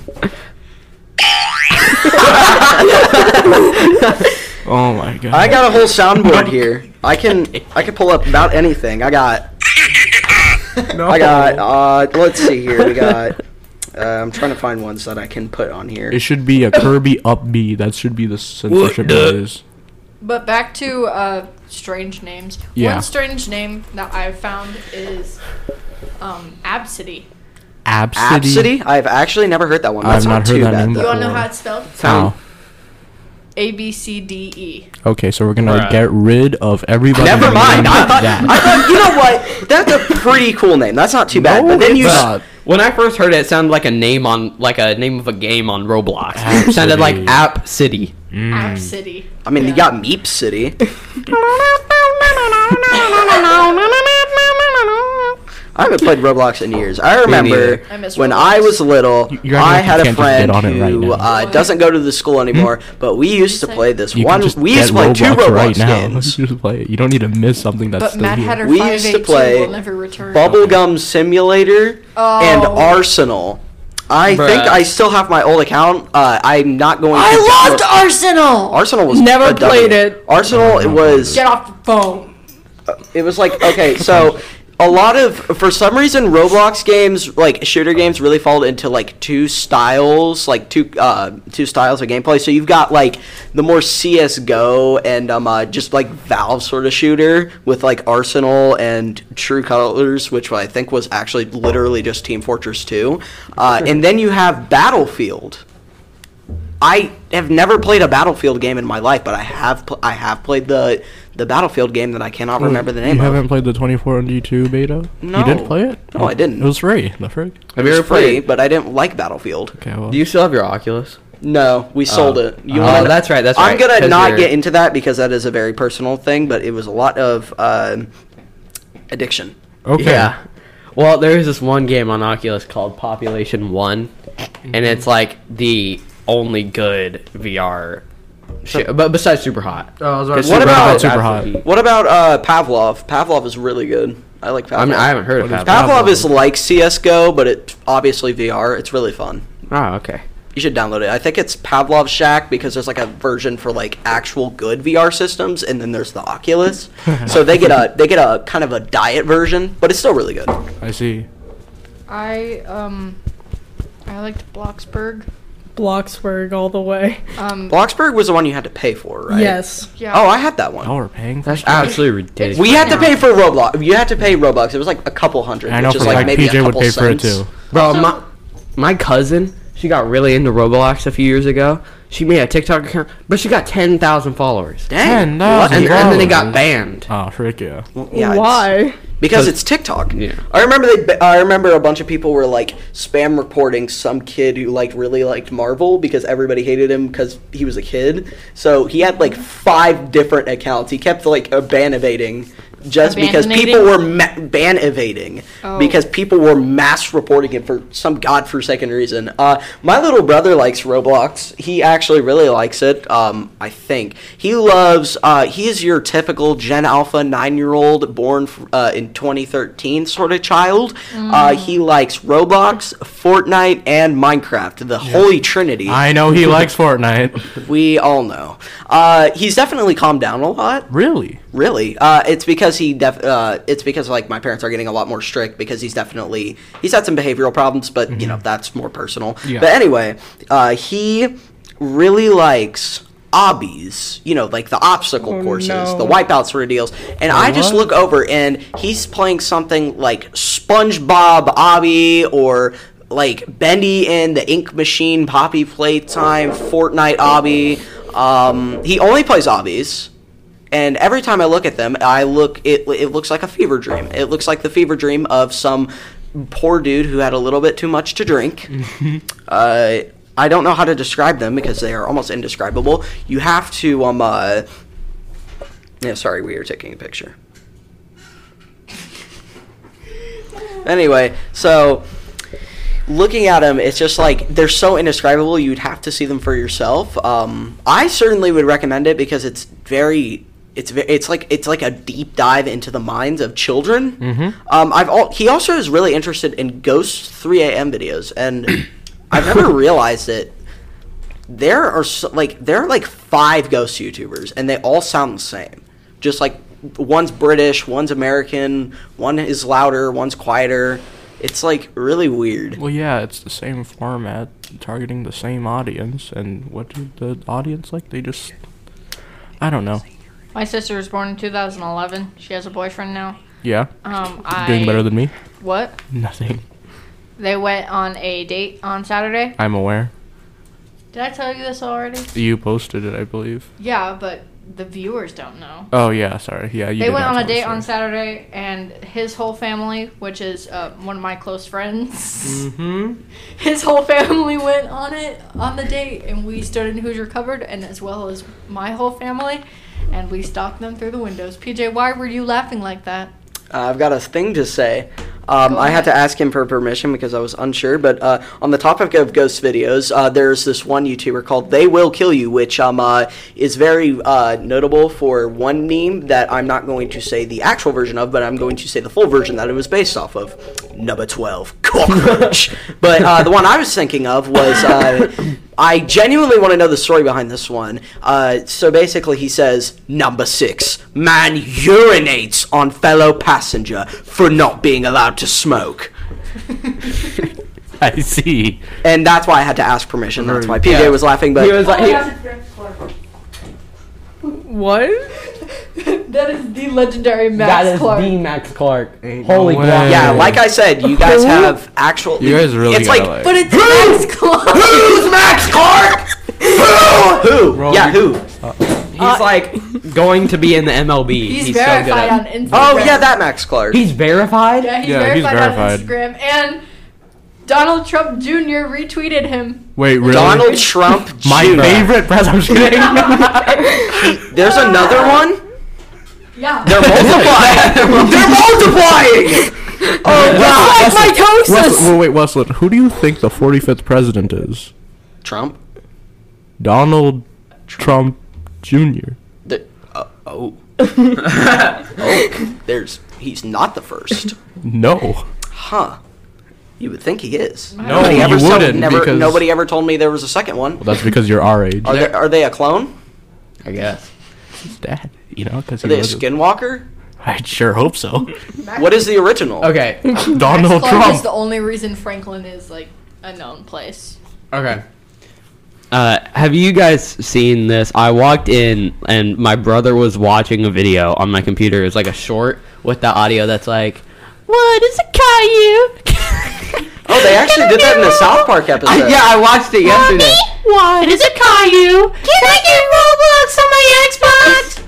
D: Oh my god.
B: I got a whole soundboard here. I can I can pull up about anything. I got
D: no.
B: I got uh let's see here. We got uh, I'm trying to find ones that I can put on here.
D: It should be a Kirby up B. That should be the censorship
A: the-
D: noise.
C: But back to uh, strange names.
D: Yeah.
C: One strange name that I've found is um, Absidy.
D: Absidy.
B: Absidy? I've actually never heard that one.
D: I've
B: That's
D: not
B: not
D: heard
B: too
D: that
B: bad
D: name
B: though.
C: You want to know
D: Cool.
C: how it's spelled?
A: Sound.
D: How?
C: A B C D E.
D: Okay, so we're gonna
A: Alright.
D: get rid of everybody.
B: Never mind. I
D: named
B: thought,
D: that.
B: I thought, you know what? That's a pretty cool name. That's not too bad. but then you,
A: But when I first heard it, it sounded like a name on like a name of a game on Roblox. It sounded like
D: Absolutely.
A: App City.
C: Absidy.
B: I mean, you got Meep City. I haven't played Roblox
D: [LAUGHS]
B: in years. I remember
C: I miss
B: when
C: Roblox.
B: I was little,
D: you're
B: I
D: right, you
B: had a
D: can't just
B: friend
D: get on it right
B: who
D: now. Hmm?
B: uh, doesn't go to the school anymore, but we used to
C: say?
B: play this
D: You can
B: one.
D: just
B: We used to play
D: get
B: two
D: Roblox
B: Roblox
D: right now. [LAUGHS]
B: games.
D: just play it. You don't need to miss something that's
C: But
D: still
C: Mad
D: here.
C: Hatter
B: We
C: 582
B: used to play
C: will never return.
B: Bubblegum Simulator and
C: Oh.
B: Arsenal. I
A: Bruh.
B: think I still have my old account. Uh, I'm not going. to
C: Arsenal.
B: Arsenal was
E: Never
B: a W.
E: played it.
B: Arsenal it was
C: Get off the phone.
B: it was like okay, so a lot of for some reason Roblox games like shooter games really fall into like two styles, like two uh, two styles of gameplay. So you've got like the more CS:GO and um uh, just like Valve sort of shooter with like Arsenal and True Colors, which I think was actually literally just Team Fortress 2. Uh, and then you have Battlefield. I have never played a Battlefield game in my life, but I have pl- I have played the the Battlefield game that I cannot remember the name
D: You
B: of.
D: haven't played the 24 and G2 beta?
B: No.
D: You didn't play it?
B: No, I didn't.
D: It was free. The frig?
A: Have you
B: It was
A: ever
B: free,
A: played?
B: but I didn't like Battlefield.
D: Okay, well.
A: Do you still have your Oculus?
B: No, we sold it.
A: oh,
B: wanna-
A: that's right, that's
B: I'm
A: right,
B: gonna
A: 'cause
B: not
A: you're-
B: get into that because that is a very personal thing, but it was a lot of um addiction.
A: [LAUGHS]
D: okay.
A: Yeah. Well, there is this one game on Oculus called Population One, and it's like the only good VR. shit, but besides Super Hot.
D: Oh, I was about
A: What
D: to say-
B: about-
D: Super Hot?
B: What about uh, Pavlov? Pavlov is really good. I like Pavlov.
A: I, mean, I haven't heard of
D: What is
A: that.
B: Pavlov is like CS:GO, but it obviously VR. It's really fun.
A: Oh, okay.
B: You should download it. I think it's Pavlov Shack because there's like a version for like actual good VR systems, and then there's the
A: [LAUGHS]
B: Oculus. so they get a they get a kind of a diet version, but it's still really good.
D: I see.
C: I um, I liked Bloxburg.
E: Bloxburg all the way.
C: Um,
B: Bloxburg was the one you had to pay for, right?
E: Yes.
C: yeah.
B: Oh, I had that one.
D: Y'all are paying for
A: That's absolutely ridiculous.
B: We had to pay for Roblox. You had to pay Robux. It was like a couple hundred,
D: I know
B: which
D: for
B: is
D: like,
B: like maybe a
D: PJ would
B: couple
D: pay for it
B: cents.
D: too.
A: Bro, my my cousin, she got really into Roblox a few years ago. She made a TikTok account, but she got ten thousand followers.
B: Dang.
D: Ten
B: what?
A: And,
D: thousand.
A: and then it
D: Wow.
A: got banned.
D: Oh, frick yeah.
B: Yeah, it's-
E: Why?
B: Because it's TikTok.
A: Yeah.
B: I remember they. I remember a bunch of people were like spam reporting some kid who like really liked Marvel because everybody hated him because he was a kid. So he had like five different accounts. He kept like ban evading just because people were ma- ban evading
C: Oh.
B: because people were mass reporting him for some godforsaken reason. Uh, my little brother likes Roblox. He actually really likes it. Um, I think he loves. Uh, he is your typical Gen Alpha nine-year-old born f- uh, in 2013 sort of child. Uh, he likes Roblox, Fortnite, and Minecraft. The holy trinity.
D: I know [LAUGHS] he likes Fortnite. [LAUGHS]
B: we all know. Uh, he's definitely calmed down a lot.
D: Really?
B: Really, uh, it's because he def- uh, it's because like my parents are getting a lot more strict because he's definitely he's had some behavioral problems, but you know that's more personal.
D: Yeah.
B: But anyway, uh, he really likes obbies, you know, like the obstacle
E: Oh,
B: courses,
E: no.
B: the wipeout sort of deals. And I just
D: What?
B: look over and he's playing something like SpongeBob obby or like Bendy in the Ink Machine, Poppy Playtime, Fortnite obby. Um, he only plays obbies. And every time I look at them, I look it. It looks like a fever dream. It looks like the fever dream of some poor dude who had a little bit too much to drink. uh, I don't know how to describe them because they are almost indescribable. You have to um. Uh, yeah, sorry, we are taking a picture. anyway, so looking at them, it's just like they're so indescribable. You'd have to see them for yourself. Um, I certainly would recommend it because it's very. It's, ve- it's like it's like a deep dive into the minds of children. Mm-hmm. Um, I've all, he also is really interested in ghost 3 a.m. videos, and I've never realized it. There are so, like there are like five ghost YouTubers, and they all sound the same. Just like one's British, one's American, one is louder, one's quieter. It's like really weird.
D: Well, yeah, it's the same format, targeting the same audience. And what do the audience like? They just. I don't know.
C: My sister was born in 2011. She has a boyfriend now.
D: Yeah.
C: Um, I
D: Doing better than me?
C: what?
D: Nothing.
C: They went on a date on Saturday.
D: I'm aware.
C: Did I tell you this already?
D: You posted it, I believe.
C: Yeah, but the viewers don't know.
D: Oh, yeah, sorry. Yeah, you
C: they
D: did
C: went on
D: not
C: a
D: tell the
C: date on
D: story.
C: Saturday, and his whole family, which is uh, one of my close friends,
A: Mm-hmm.
C: [LAUGHS] his whole family went on it on the date, and we stood in Hoosier Cupboard, and as well as my whole family, and we stalked them through the windows. PJ, why were you laughing like that? [LAUGHS]
B: Uh, I've got a thing to say. Um, I had to ask him for permission because I was unsure. But uh, on the topic of ghost videos, uh, there's this one YouTuber called They Will Kill You, which um, uh, is very uh, notable for one meme that I'm not going to say the actual version of, but I'm going to say the full version that it was based off of. Number
A: [LAUGHS]
B: 12, cockroach. but uh, the one I was thinking of was uh, I genuinely want to know the story behind this one. Uh, so basically, he says number six, man urinates on fellow passenger for not being allowed to smoke,
D: [LAUGHS] I see.
B: and that's why I had to ask permission. That's why PJ
A: Yeah.
B: was laughing, but
A: He was like, he-
E: What?
C: that is the legendary Max
A: that is
C: Clark.
A: the Max Clark. Holy
D: no
A: crap.
D: way.
B: yeah, like I said, you guys have actual.
D: You guys really
B: It's
D: gotta,
B: like,
D: like-
C: but it's Max Clark.
A: [LAUGHS]
B: who's Max Clark? who?
A: Bro,
B: yeah,
A: you-
B: who?
A: He's [LAUGHS] like going to be in the MLB.
C: He's,
A: He's, so good.
C: verified
A: At,
C: on Instagram.
B: Oh yeah, that Max Clark.
A: he's verified.
C: Yeah, he's,
D: Yeah,
C: verified,
D: he's verified.
C: on Instagram. And Donald Trump Jr. retweeted him.
D: Wait, really?
B: Donald Trump.
D: [LAUGHS] my
B: Jr.
D: favorite press. I'm just [LAUGHS] kidding.
B: There's another
D: [LAUGHS]
B: one.
C: Yeah.
B: They're multiplying. They're multiplying.
D: oh
B: God.
D: Wesley,
E: Mitosis!
D: Wesley, well, wait, Westland, who do you think the 45th president is?
B: Trump.
D: Donald Trump Jr.
B: The, uh, oh. oh. There's. He's not the first.
D: No.
B: Huh. You would think he is.
D: No,
B: Nobody
D: you
B: ever told-
D: wouldn't,
B: never,
D: because-
B: Nobody ever told me there was a second one.
D: That's because you're our age.
B: Are, there, are they a clone?
A: I guess.
D: His dad, you know, because
B: Are
D: he
B: they a
D: was. a-
B: skinwalker?
D: I sure
B: [LAUGHS]
D: hope so.
B: What is the original?
A: Okay.
D: Donald
C: Clark
D: Trump.
C: is the only reason Franklin is like a known place.
A: Okay. Uh, have you guys seen this? I walked in and my brother was watching a video on my computer. It's like a short with the audio that's like, "What is a Caillou?"
B: Oh, they actually did that in the South Park episode.
D: [LAUGHS]
A: I, [LAUGHS] yeah, I watched it yesterday. what is a Caillou? Can I get Roblox on my Xbox?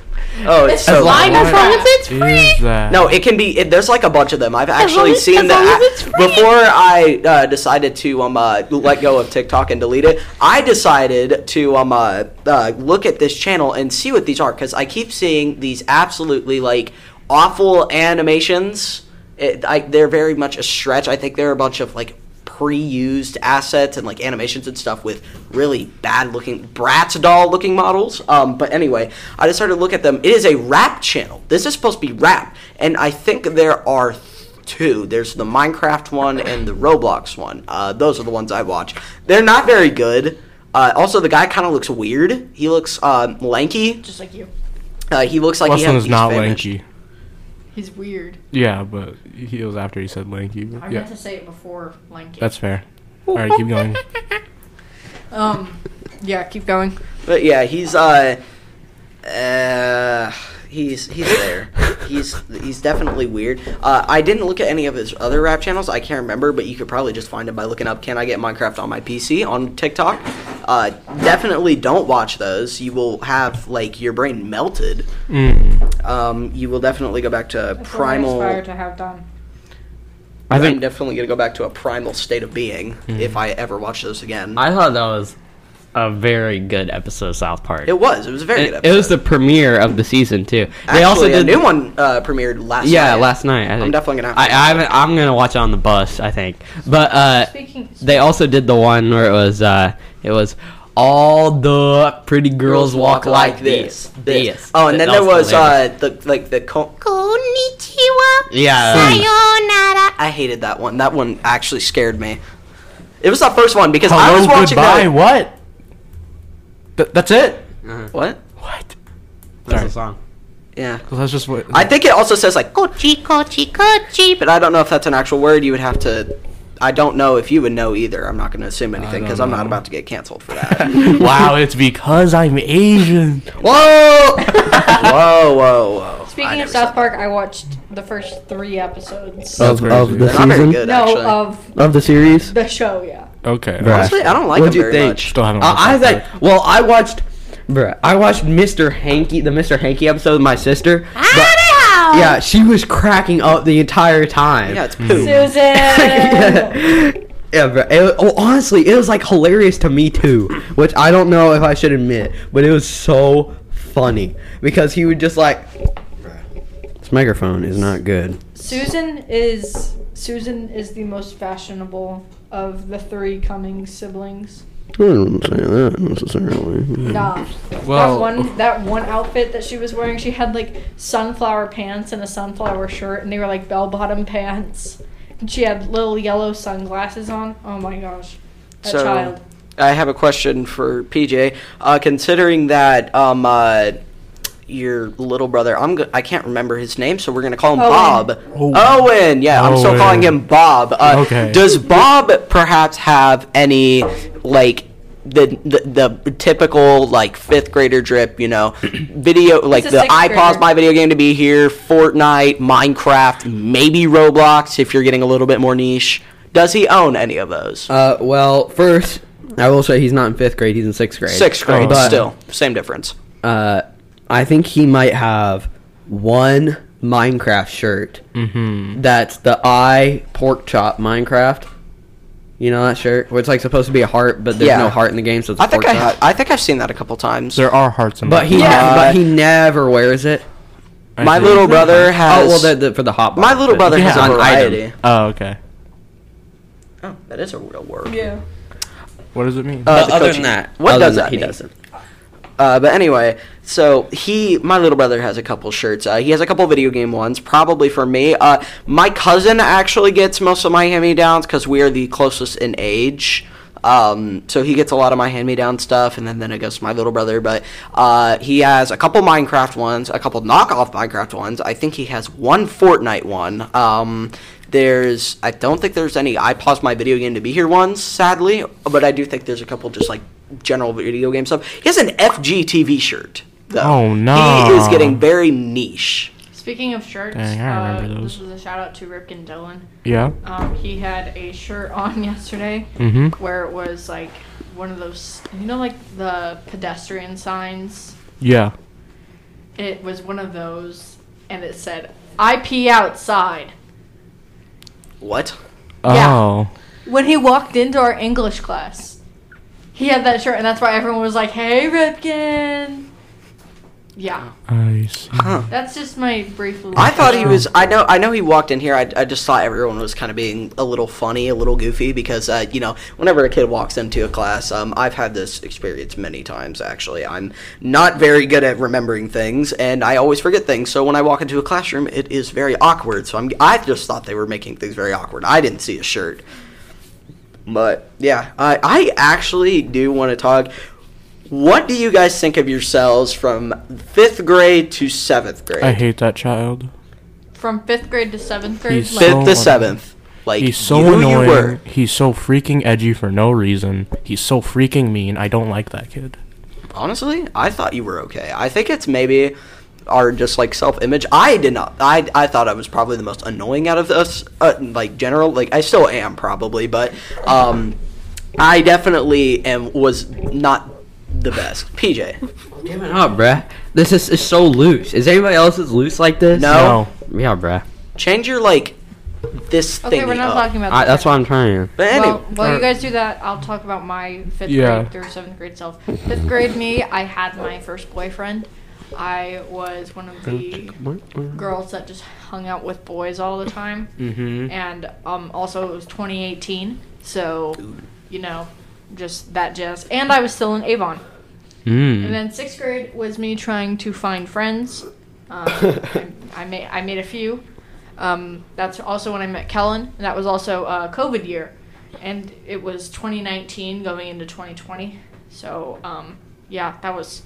B: Oh, it's so
A: Why
B: long.
A: as long as it's
D: Is uh,
A: free.
D: that?
B: No, it can be. It, there's like a bunch of them. I've actually
A: as-
B: seen
A: as long
B: that
A: as it's free.
B: before I uh, decided to um uh, let go of TikTok and delete it. I decided to um uh, uh, look at this channel and see what these are because I keep seeing these absolutely like awful animations. It, I, they're very much a stretch. I think they're a bunch of like pre-used assets and like animations and stuff with really bad looking bratz doll looking models um, but anyway i just started to look at them it is a rap channel this is supposed to be rap and i think there are two there's the minecraft one and the roblox one uh, those are the ones i watch they're not very good uh, also the guy kind of looks weird he looks um, lanky
C: Just like you.
B: uh, he looks like he
D: Westland
B: has,
D: is not lanky.
C: He's weird.
D: Yeah, but he was after he said lanky. but
C: I meant
D: yeah,
C: to say it before Lanky.
D: that's fair. All right,
G: [LAUGHS]
D: keep going.
C: um yeah, keep going.
B: But yeah, he's uh, uh, he's he's there. he's he's definitely weird. Uh, I didn't look at any of his other rap channels. I can't remember, but you could probably just find him by looking up "Can I get Minecraft on my PC?" on TikTok. Uh, definitely don't watch those. You will have like your brain melted.
A: Mm-hmm.
B: Um, you will definitely go back to primal.
C: to have done.
A: I
B: I'm
A: think Mm-hmm.
B: definitely gonna go back to a primal state of being if I ever watch those again.
A: I thought that was a very good episode of South Park.
B: it was. It was a very good.
A: It,
B: Episode.
A: it was the premiere of the season too.
B: Actually,
A: they also
B: a
A: did
B: new one uh, premiered last.
A: Yeah,
B: night.
A: last night. I think.
B: definitely gonna have to
A: I,
B: watch
A: I haven't, I'm gonna watch it on the bus. I think. But uh,
C: Speaking
A: they also did the one where it was uh, it was all the pretty girls, walk, like, this, this.
B: Oh, and
A: Th-
B: then there
A: that
B: was
A: hilarious.
B: uh, the like the con-
A: yeah.
B: I hated that one. That one actually scared me. It was the first one because I was
D: Hello,
B: watching
D: goodbye.
B: that.
D: What? Th- that's it.
B: What?
D: What?
A: That's
D: Sorry.
A: the song.
B: Yeah.
D: That's just what.
B: I think it also says like kochi kochi kochi, but I don't know if that's an actual word. You would have to. I don't know if you would know either. I'm not going to assume anything because I'm not about to get canceled
A: [LAUGHS]
B: for that.
D: [LAUGHS] wow, it's because
B: [LAUGHS]
D: I'm Asian.
B: whoa! whoa! Whoa! Whoa! I
C: Speaking
B: never
C: of
B: said
C: South Park, I watched the first three episodes.
H: [LAUGHS]
D: That's
H: of, of
D: crazy.
H: the
B: that. Not very
H: season
B: good.
C: no, uh,
B: actually.
C: of
H: of the series.
C: the show, yeah.
D: Okay.
B: Actually, I don't like
A: What'd
B: him
A: you
B: very
A: think?
B: much.
D: Still haven't
A: Uh,
D: watched
A: I was
D: that,
A: like, well, I watched, bruh, I watched Mr. Hanky, the Mr. Hanky episode with my sister.
B: Ah!
A: but- yeah, she was cracking up the entire time.
B: Yeah, it's poo. [LAUGHS]
C: Susan!
A: [LAUGHS] yeah, bro. It, oh, honestly, it was like hilarious to me too, which I don't know if I should admit, but it was so funny because he would just like. This microphone is not good.
C: Susan is Susan is the most fashionable of the three Cummings siblings.
H: I wouldn't say that
D: Mm-hmm.
H: necessarily.
C: Nah.
D: Well-
C: that one that one outfit that she was wearing, she had like sunflower pants and a sunflower shirt and they were like bell bottom pants. And she had little yellow sunglasses on. Oh my gosh. That
B: So-
C: child.
B: I have a question for PJ. Uh, considering that um, uh, your little brother, I'm go- I can't remember his name, so we're gonna call him
C: Owen.
B: Bob.
D: Owen.
B: Owen. Yeah, I'm still
D: Owen.
B: calling him Bob. Uh,
D: Okay.
B: Does Bob perhaps have any like? The, the the typical like fifth grader drip, you
D: [CLEARS THROAT]
B: know, video like
C: a
B: the
C: sixth
B: I pause
C: grader.
B: my video game to be here, Fortnite, Minecraft, maybe Roblox if you're getting a little bit more niche. Does he own any of those?
A: Uh, well, first, I will say he's not in fifth grade; he's in sixth grade.
B: Sixth grade,
A: But,
B: still same difference.
A: Uh, I think he might have one Minecraft shirt.
D: Mm-hmm.
A: That's the I pork chop Minecraft. You know that shirt where it's like supposed to be a heart, but there's
B: Yeah.
A: no heart in the game, so it's
B: I think
A: pork
B: I
A: chop.
B: ha- I think I've seen that a couple times.
D: There are hearts in
A: But he,
B: Yeah.
A: but he never wears it.
D: I
B: My
D: see.
B: little brother has.
A: oh well, the, the, for the hot.
B: my
A: bar,
B: little
A: but-
B: brother
D: Yeah,
B: has
D: an
B: a
D: item.
B: variety.
D: Oh, okay.
B: Oh, that is a real word.
E: Yeah.
D: What does it mean?
B: Uh,
A: But
B: the
A: other
B: coaching-
A: than that,
B: what
A: other
B: does
A: than
B: that
A: He
B: mean?
A: doesn't.
B: Uh, but anyway, so he, my little brother, has a couple shirts. Uh, he has a couple video game ones, probably for me. Uh, my cousin actually gets most of my hand me downs because we are the closest in age. Um, so he gets a lot of my hand me down stuff, and then, then it goes to my little brother. But uh, he has a couple Minecraft ones, a couple knockoff Minecraft ones. I think he has one Fortnite one. Um, there's, I don't think there's any I paused my video game to be here ones, sadly, but I do think there's a couple just like general video game stuff. He has an FGTV shirt. Though.
D: Oh, no.
B: He is getting very niche.
C: Speaking of shirts,
D: Dang, I
C: uh,
D: remember
C: this
D: those.
C: is a shout out to Ripken Dillon.
D: yeah.
C: Um, he had a shirt on [LAUGHS] yesterday
D: Mhm.
C: where it was like one of those, you know, like the pedestrian signs.
D: Yeah.
C: It was one of those, and it said "IP outside."
B: What?
C: Yeah.
D: Oh.
C: When he walked into our English class, he had that shirt, and that's why everyone was like, "Hey, Ripken." Yeah,
D: I see.
C: that's just my brief. little-
B: I thought he was. I know. I know he walked in here. I, I just thought everyone was kind of being a little funny, a little goofy, because uh, you know, whenever a kid walks into a class, um, I've had this experience many times. Actually, I'm not very good at remembering things, and I always forget things. So when I walk into a classroom, it is very awkward. So I'm. I just thought they were making things very awkward. I didn't see a shirt, but yeah, I I actually do want to talk. What do you guys think of yourselves from fifth grade to seventh grade?
D: I hate that child.
C: from fifth grade to seventh grade.
D: He's
C: like-
B: fifth to
D: So
B: seventh. Like
D: He's so
B: you,
D: annoying.
B: You were.
D: He's so freaking edgy for no reason. He's so freaking mean. I don't like that kid.
B: Honestly, I thought you were okay. I think it's maybe our just like self image. I did not. I I thought I was probably the most annoying out of us. Uh, like general. Like I still am probably, but um, I definitely am. Was not the best. PJ.
A: Give it up, bruh. This is, is so loose. Is anybody else's loose like this?
B: No.
A: Yeah, bruh.
B: Change your like this
C: okay,
B: thing
C: we're not
B: up.
C: talking about.
A: I,
C: that.
A: that's what I'm trying.
B: But anyway.
C: Well, while
D: or-
C: you guys do that, I'll talk about my fifth
D: Yeah.
C: grade through seventh grade self. Fifth grade me, I had my first boyfriend. I was one of the girls that just hung out with boys all the time,
A: Mm-hmm.
C: and um, also it was 2018, so you know, just that jazz. And I was still in Avon. And
A: Mm.
C: then sixth grade was me trying to find friends. Um, I, I made I made a few. Um, that's also when I met Kellen, and that was also uh, COVID year, and it was 2019 going into 2020. So um, yeah, that was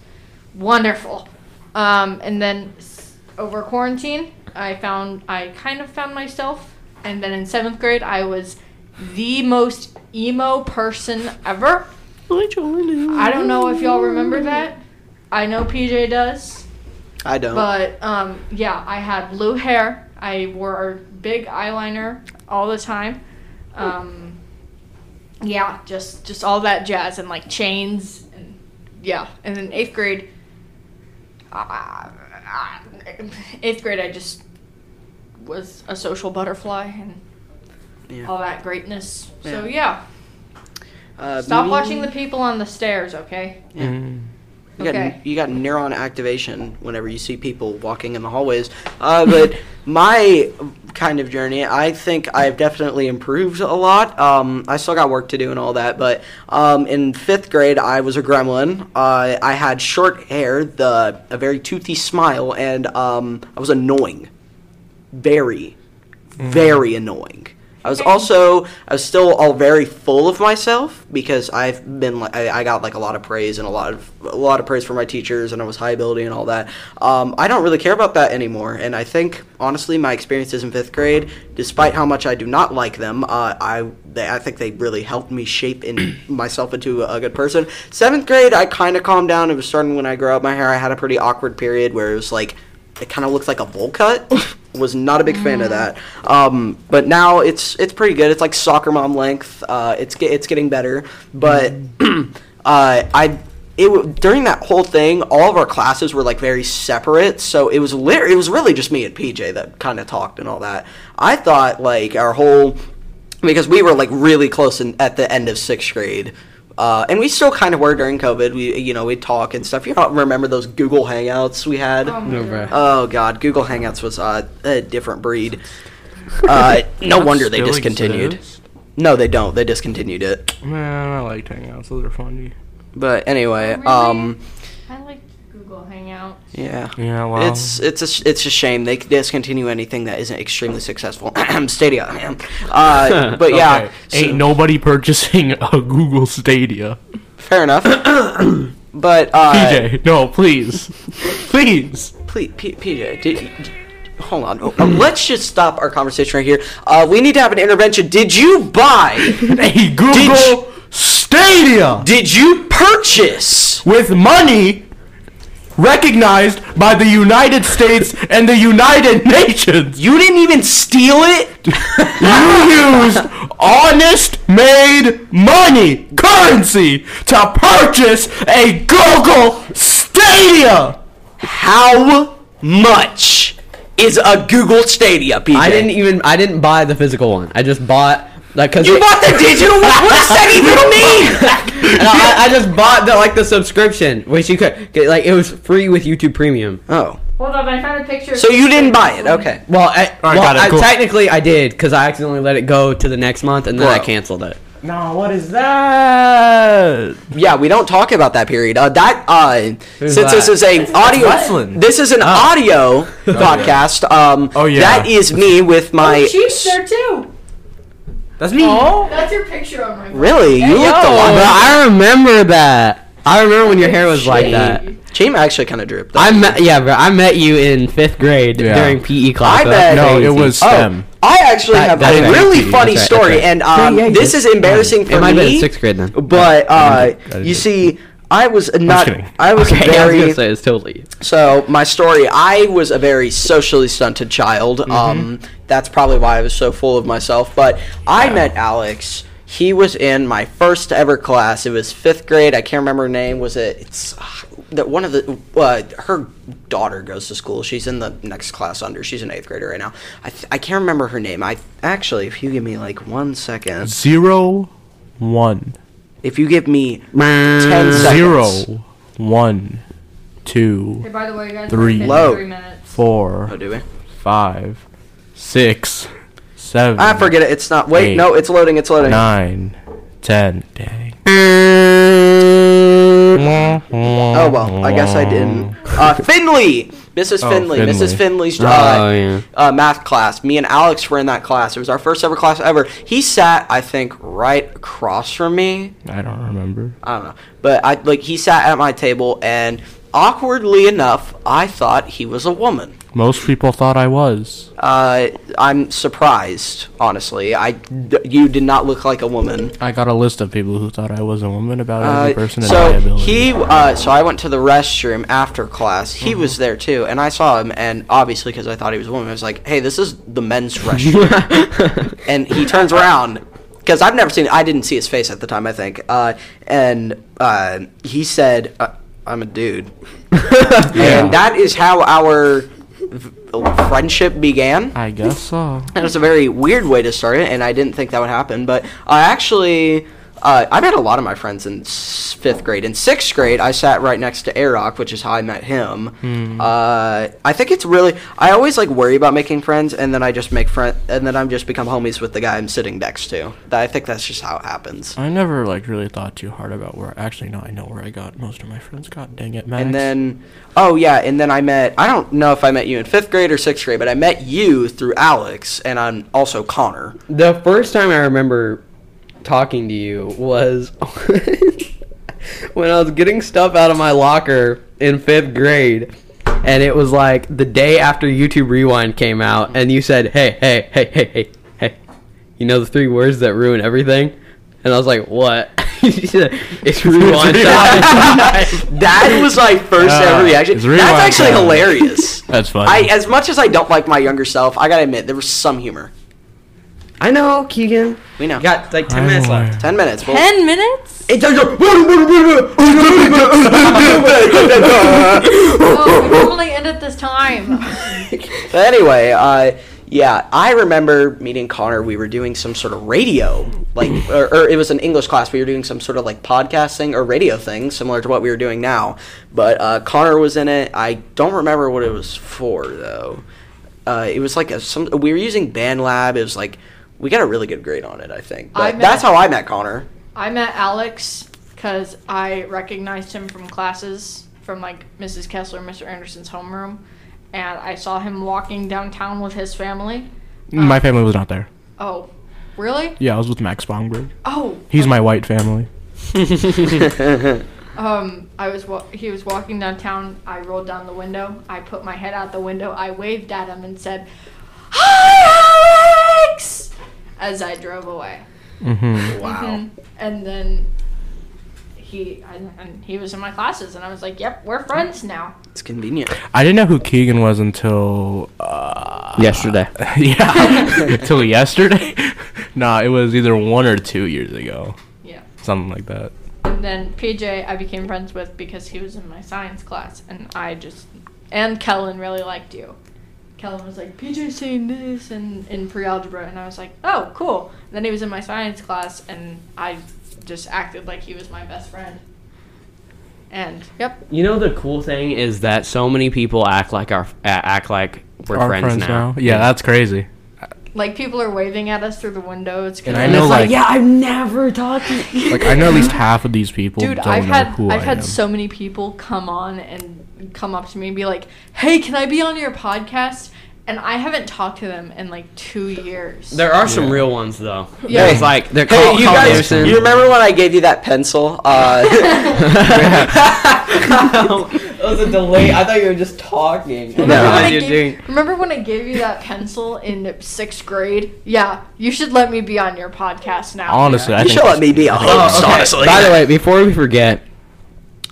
C: wonderful. Um, and then s- over quarantine, I found I kind of found myself. And then in seventh grade, I was the most emo person ever. I don't know if y'all remember that. I know PJ does,
B: I don't.
C: but um, yeah, I had blue hair. I wore big eyeliner all the time. Um, yeah, just just all that jazz and like chains and yeah. And then eighth grade, uh, eighth grade, I just was a social butterfly and
B: Yeah.
C: all that greatness. So
B: Yeah.
C: yeah,
B: uh,
C: stop
B: me-
C: watching the people on the
B: [LAUGHS]
C: stairs, okay?
B: Mm. You got,
C: Okay.
B: you got neuron activation whenever you see people walking in the hallways. Uh, but [LAUGHS] my kind of journey, I think I've definitely improved a lot. Um, I still got work to do and all that, but um, in fifth grade, I was a gremlin. Uh, I had short hair, the a very toothy smile, and um, I was annoying, very, very annoying. I was also I was still all very full of myself because I've been like I, I got like a lot of praise and a lot of a lot of praise from my teachers and I was high ability and all that. Um, I don't really care about that anymore, and I think honestly my experiences in fifth grade, despite how much I do not like them, uh, I they, I think they really helped me shape in [CLEARS THROAT] myself into a good person. Seventh grade I kind of calmed down. It was starting when I grew out my hair. I had a pretty awkward period where it was like it kind of looks like a bowl cut. [LAUGHS] was not a big fan of that. Um, but now it's it's pretty good. It's like soccer mom length. Uh, it's ge- it's getting better. But [CLEARS THROAT] uh, I it w- during that whole thing, all of our classes were like very separate. So it was lit- it was really just me and PJ that kind of talked and all that. I thought like our whole because we were like really close in, at the end of sixth grade. Uh, and we still kind of were during COVID. We, you know, we'd talk and stuff. You don't remember those Google Hangouts we had?
A: No, bruh.
B: Oh God, Google Hangouts was uh, a different breed. Uh, no wonder they
D: Still
B: discontinued.
D: exists.
B: No, they don't. They discontinued it.
D: Man, I like hangouts. Those are funny.
B: But anyway,
C: Oh, Really?
B: um,
C: I like Google Hangout.
B: yeah,
D: Yeah, well,
B: it's it's a sh- it's a shame they discontinue anything that isn't extremely successful. [CLEARS THROAT] Stadia,
D: [LAUGHS]
B: uh, but yeah, so-
D: ain't nobody purchasing a Google Stadia.
B: fair
D: [COUGHS]
B: enough. but uh,
D: PJ,
B: [LAUGHS]
D: no, please, please.
B: Please, P- PJ, did, did- hold on. Oh, um, let's just stop our conversation right here. Uh, we need to have an intervention. Did you buy?
D: Hey, Google Stadia
B: did you purchase?
D: with money recognized by the United States and the United [LAUGHS] Nations.
B: You didn't even steal it.
D: [LAUGHS] You used honest made money currency to purchase a Google Stadia.
B: How much is a Google Stadia, PJ?
A: I didn't even I didn't buy the physical one. I just bought like cause
B: You bought the digital one. What does that [LAUGHS] even mean?
A: No, I, I just bought the like the subscription, which you could get, like it was free with YouTube Premium.
B: oh,
C: Hold on, I found a picture.
B: so you didn't buy it? Okay.
A: Well, I,
D: right,
A: well,
D: got it,
A: I-
D: cool.
A: technically I did because I accidentally let it go to the next month and then I
B: Bro.
A: canceled it.
D: Now, what is that?
B: Yeah, we don't talk about that period. Uh, that uh, since this
A: that? Oh.
B: is a audio,
D: wrestling.
B: this is an audio podcast. Um,
D: Oh, yeah.
B: that is me with my.
C: Chiefs there too.
D: That's me. Oh,
C: That's your picture on my phone.
B: Really, you looked a lot.
A: Oh, But I remember that. I remember when your hair was like that.
B: Chima actually kind of drooped.
A: I met yeah, bro. I met you in fifth grade
D: Yeah.
A: during PE class.
B: I bet-
D: no,
A: crazy.
D: it was
B: Oh,
D: STEM.
B: I actually
A: That-
B: have
A: that's
B: a
A: right.
B: really
A: That's
B: funny
A: right, that's
B: story,
A: right.
B: and um,
A: Yeah, yeah,
B: this
A: yeah.
B: is embarrassing for
A: It might have
B: me.
A: been in sixth grade then.
B: But
D: I
B: uh,
D: didn't do it. I didn't
B: you
D: do it.
B: see, I was not.
D: kidding.
B: I was
A: Okay, I was
B: very.
A: gonna say it's totally.
B: So my story, I was a very socially stunted child. Um, that's probably why I was so full of myself. But I met Alex. He was in my first ever class. It was fifth grade. I can't remember her name. Was it? It's ah, that one of the uh, her daughter goes to school. She's in the next class under. She's an eighth grader right now. I, th- I can't remember her name. I actually, if you give me like one second,
D: Zero, one.
B: if you give me ten seconds,
D: Zero, one,
C: Hey,
D: two,
C: by the way, guys,
D: Three.
C: it's been
B: Low.
C: Three minutes.
B: Oh,
D: four,
B: do we?
D: five, six, seven,
B: I Ah, forget it. It's not. Wait,
D: Eight.
B: no, it's loading. It's loading.
D: nine, ten. Dang.
B: Oh well, I guess I didn't. Uh, Finley, Mrs.
D: Oh,
B: Finley, Mrs.
D: Finley.
B: Finley's uh,
A: Oh, yeah.
B: uh, math class. Me and Alex were in that class. It was our first ever class ever. He sat, I think, right across from me.
D: I don't remember.
B: I don't know, but I like he sat at my table, and awkwardly enough, I thought he was a woman.
D: Most people thought I was.
B: Uh, I'm surprised, honestly. I you did not look like a woman.
D: I got a list of people who thought I was a woman about every
B: Uh,
D: person in
B: so
D: my ability.
B: he, uh, so I went to the restroom after class. He
D: Mm-hmm.
B: was there too, and I saw him. And obviously, because I thought he was a woman, I was like, "Hey, this is the
D: [LAUGHS]
B: men's restroom."
A: [LAUGHS]
B: and he turns around because I've never seen. I didn't see his face at the time. I think, uh, and uh, he said, uh, "I'm a
D: [LAUGHS]
B: dude,"
D: Yeah.
B: and that is how our v- friendship began.
D: I guess so.
B: That was a very weird way to start it, and I didn't think that would happen. But I actually, uh, I met a lot of my friends in s- fifth grade. In sixth grade, I sat right next to Arock, which is how I met him. Uh, I think it's really. I always like worry about making friends, and then I just make friend, and then I'm just become homies with the guy I'm sitting next to. That- I think that's just how it happens.
D: I never like really thought too hard about where. Actually, no, I know where I got most of my friends. God dang it, Max.
B: And then, oh yeah, and then I met. I don't know if I met you in fifth grade or sixth grade, but I met you through Alex, and I'm also Connor.
A: The first time I remember talking to you was [LAUGHS] when I was getting stuff out of my locker in fifth grade. And it was like the day after YouTube Rewind came out, and you said, Hey, hey, hey, hey, hey, hey, you know the three words that ruin everything? And I was like, What? [LAUGHS] it's rewind time.
B: [LAUGHS]
A: [LAUGHS]
B: That was my first
D: Ah,
B: ever reaction.
D: it's
B: That's
D: rewind
B: actually
D: time.
B: hilarious.
D: That's funny. [LAUGHS]
B: I, as much as I don't like my younger self, I gotta admit there was some humor.
A: I know, Keegan.
B: We know.
G: You got like 10 minutes
D: [LAUGHS]
G: left.
B: ten minutes. Well,
C: Ten minutes?
B: It does go- [LAUGHS]
C: Oh, we normally end at this time.
B: But anyway, uh, yeah, I remember meeting Connor. We were doing some sort of radio,
C: [CLEARS THROAT]
B: like, or, or it was an English class. We were doing some sort of like podcasting or radio thing, similar to what we were doing now. But uh, Connor was in it. I don't remember what it was for though. Uh, it was like a, some we were using BandLab. It was like we got a really good grade on it, I think.
C: I
B: But
C: met-
B: that's how I met
C: [LAUGHS]
B: Connor.
C: I met Alex because I recognized him from classes from like Mrs. Kessler, and Mr. Anderson's homeroom, and I saw him walking downtown with his family.
D: My family was not there.
C: Oh, really?
D: Yeah, I was with Max Bongberg.
C: Oh,
D: He's my white family.
C: Um, I was wa- he was walking downtown. I rolled down the window. I put my head out the window. I waved at him and said, "Hi, Alex!" as I drove away.
D: Mm-hmm.
B: Wow.
C: Mm-hmm. And then he and, and he was in my classes, and I was like, "Yep, we're friends now."
B: It's convenient.
D: I didn't know who Keegan was until
A: [LAUGHS]
D: uh,
A: Yesterday.
D: [LAUGHS] yeah, [LAUGHS] until yesterday. nah, it was either one or two years ago,
C: Yeah.
D: something like that.
C: And then PJ, I became friends with because he was in my science class, and I just and Kellen really liked you. Kellen was like, PJ's saying this and in pre-algebra, and I was like, oh, cool. And then he was in my science class, and I just acted like he was my best friend. And yep,
A: You know the cool thing is that so many people act like our act like we're
D: Our
A: friends, now.
D: Yeah, that's crazy.
C: like people are waving at us through the windows. 'cause
D: And I
C: I'm
D: know,
C: just
D: like, yeah,
A: I've never talked to
D: like I know
A: [LAUGHS]
D: at least half of these people.
C: Dude,
D: don't
C: I've
D: know
C: had
D: who
C: I've
D: I
C: had
D: am.
C: so many people come on and come up to me and be like, "Hey, can I be on your podcast?" And I haven't talked to them in like two years.
A: There are some real ones though.
C: Yeah.
A: Yeah, it's like they're
B: Hey,
A: called
B: you
A: Carl
B: guys,
A: Anderson.
B: you remember when I gave you that pencil?
C: [LAUGHS]
B: Uh, [LAUGHS]
G: That was a delay. I thought you were just talking.
C: [LAUGHS] Remember
A: No.
C: when I
A: You're
C: gave-
A: doing-
C: remember when I gave you that pencil in sixth grade? Yeah, you should let me be on your podcast now.
D: Honestly, I
B: you
D: think
B: should let me
C: Oh,
B: be a host,
A: Okay,
B: honestly.
A: By the way, before we forget,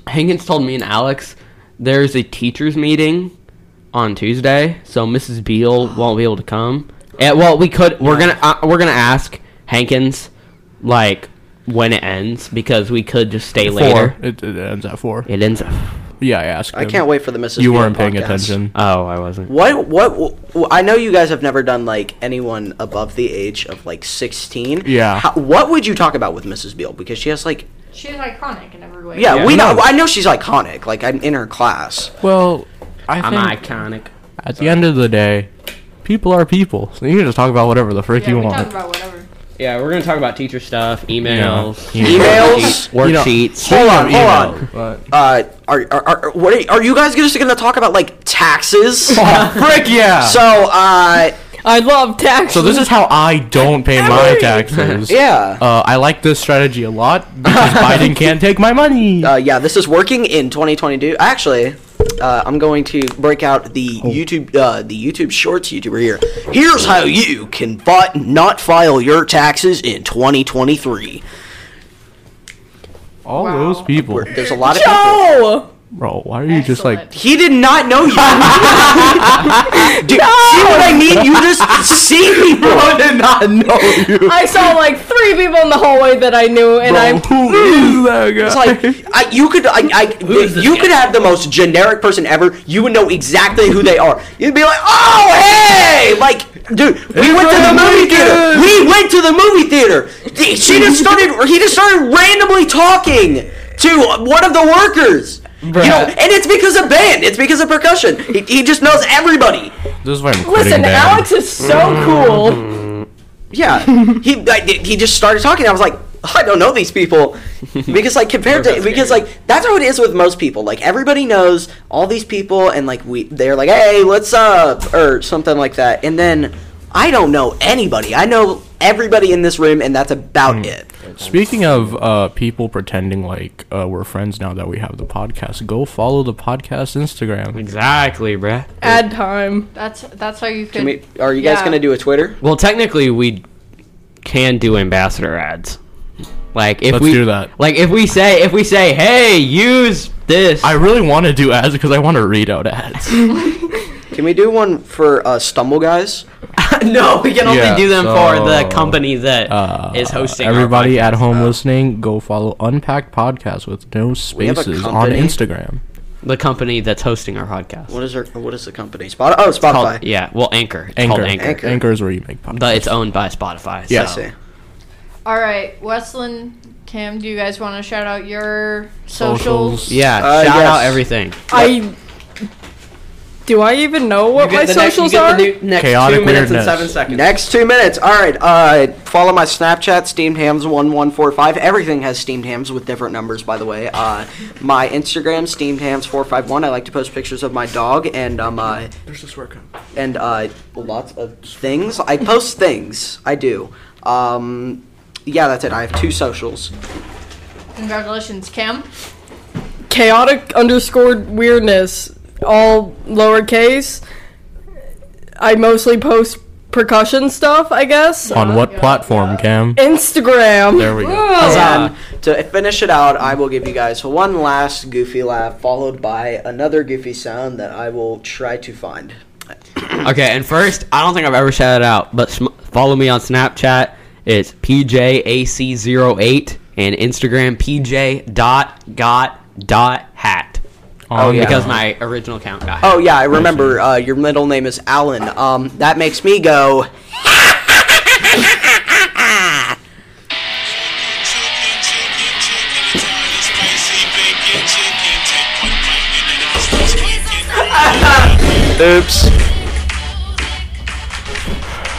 A: Hankins told me and Alex there's a teachers meeting on Tuesday, so Mrs. Beal won't be able to come. And, well, we could. We're gonna uh, we're gonna ask Hankins like when it ends because we could just stay
D: four.
A: later.
D: It, it ends at four.
A: It ends.
D: Yeah, I asked.
B: I
D: him.
B: can't wait for the Mrs.
D: You
B: Beal
D: weren't paying
B: podcast.
D: [LAUGHS] attention.
A: Oh, I wasn't.
B: What, what? wh- I know you guys have never done like anyone above the age of like sixteen.
D: Yeah.
B: How, what would you talk about with Mrs. Beal? Because she has like,
C: She's iconic in every way.
B: yeah, we
D: no.
B: know. I know she's iconic. Like I'm in her class.
D: Well, I
A: I'm
D: think
A: iconic.
D: at the end of the day, people are people. So you can just talk about whatever the frick
C: Yeah,
D: you
C: we
D: want.
C: talk about whatever.
A: Yeah, we're gonna talk about teacher stuff, emails,
D: Yeah.
B: Emails?
A: worksheets.
D: You know-
A: worksheets.
B: Hold on, hold
D: Email,
B: on.
D: but-
B: [LAUGHS] Uh, are are are, what are, are you guys just going to talk about like taxes? Oh,
D: frick [LAUGHS] yeah.
B: so, uh,
E: I love taxes.
D: So this is how I don't pay my
B: [LAUGHS]
D: taxes.
B: yeah.
D: Uh, I like this strategy a lot because Biden can't take my
B: [LAUGHS]
D: money.
B: Uh, yeah, this is working in 2022. Actually, uh, I'm going to break out the
D: Oh.
B: YouTube, uh, the YouTube Shorts YouTuber here. Here's how you can fi- not file your taxes in 2023.
D: All
C: wow.
D: those people,
B: Where there's a lot of people.
E: Joe.
D: bro. Why are you just like? [LAUGHS]
B: He did not know you. Dude, See what I mean? You
D: [LAUGHS]
B: just see people.
D: did not know you,
E: I saw like three people in the hallway that I knew, and I'm
D: Who is that guy?
B: It's
D: [LAUGHS]
B: like I, you could I, I you could have the most generic person ever. You would know exactly who they are. You'd be like, oh hey, like dude, we went to the movie theater. We went to the movie theater. Th- She just started. He just started randomly talking to one of the workers. You know, and it's because of band. It's because of percussion. He, he just knows everybody.
D: this is why I'm quitting.
E: listen.
D: band.
E: Alex is
D: Mm.
E: so cool.
B: Yeah, he I, he just started talking. I was like, I don't know these people because like compared to because like that's how it is with most people. Like everybody knows all these people, and like we they're like, hey, what's up, or something like that. And then I don't know anybody. I know everybody in this room, and that's about it.
D: Speaking of uh, people pretending like uh, we're friends now that we have the podcast, go follow the podcast Instagram.
A: Exactly, bruh.
E: Ad time.
C: That's that's how you could.
B: Can we, are you guys
C: Yeah.
B: gonna do a Twitter?
A: Well, technically, we can do ambassador ads. Like if
D: Let's
A: we
D: do that.
A: Like if we say if we say, hey, use this.
D: I really want to do ads because I want to read out ads.
B: Can we do one for uh, Stumble Guys?
A: [LAUGHS] no, we can only
D: Yeah,
A: do them for the
D: so,
A: company that is
D: Uh,
A: hosting. our
D: everybody
A: podcast.
D: at home listening, go follow Unpacked Podcast with no
B: have a
D: spaces on
B: company?
D: Instagram.
A: the company that's hosting our podcast.
B: What is our, what is the company? Spot oh
A: Called- E
B: Spotify.
A: yeah, well, Anchor. It's
D: Anchor.
A: called Anchor.
B: Anchor.
D: Anchor. Uh, Anchor is where you make podcasts.
A: But it's owned by Spotify.
D: Yeah.
B: I
A: so-
B: see.
C: All right, Wesleyan, Cam, do you guys want to shout out your socials?
D: Socials.
A: Yeah,
B: Uh,
A: shout out
B: yes.
A: everything.
E: I do I even know what my
G: get the next- you
E: socials
G: get
E: are?
G: the new- next
D: Chaotic
G: two minutes and
D: weirdness.
G: seven seconds.
B: Next two minutes. All right. Uh, follow my Snapchat, Steamed Hams one one four five. Everything has Steamed Hams with different numbers, by the way. Uh, my Instagram, Steamed Hams four five one. I like to post pictures of my dog and um uh,
G: There's this work.
B: and uh, lots of things. I post things. I do. Um, yeah, that's it. I have two socials.
C: Congratulations, Cam.
E: chaotic underscore weirdness, all lowercase. I mostly post percussion stuff, I guess.
D: on what platform, Cam?
E: Instagram.
D: There we go.
B: And to finish it out, I will give you guys one last goofy laugh, followed by another goofy sound that I will try to find.
A: Okay, and first, I don't think I've ever shouted out, but sm- follow me on Snapchat. It's PJAC08 and Instagram PJ dot got dot hat.
D: On the-
A: Oh, Because my original account got hacked.
B: Oh yeah, I remember. Uh, your middle name is Alan. Um, that makes me go. Oops.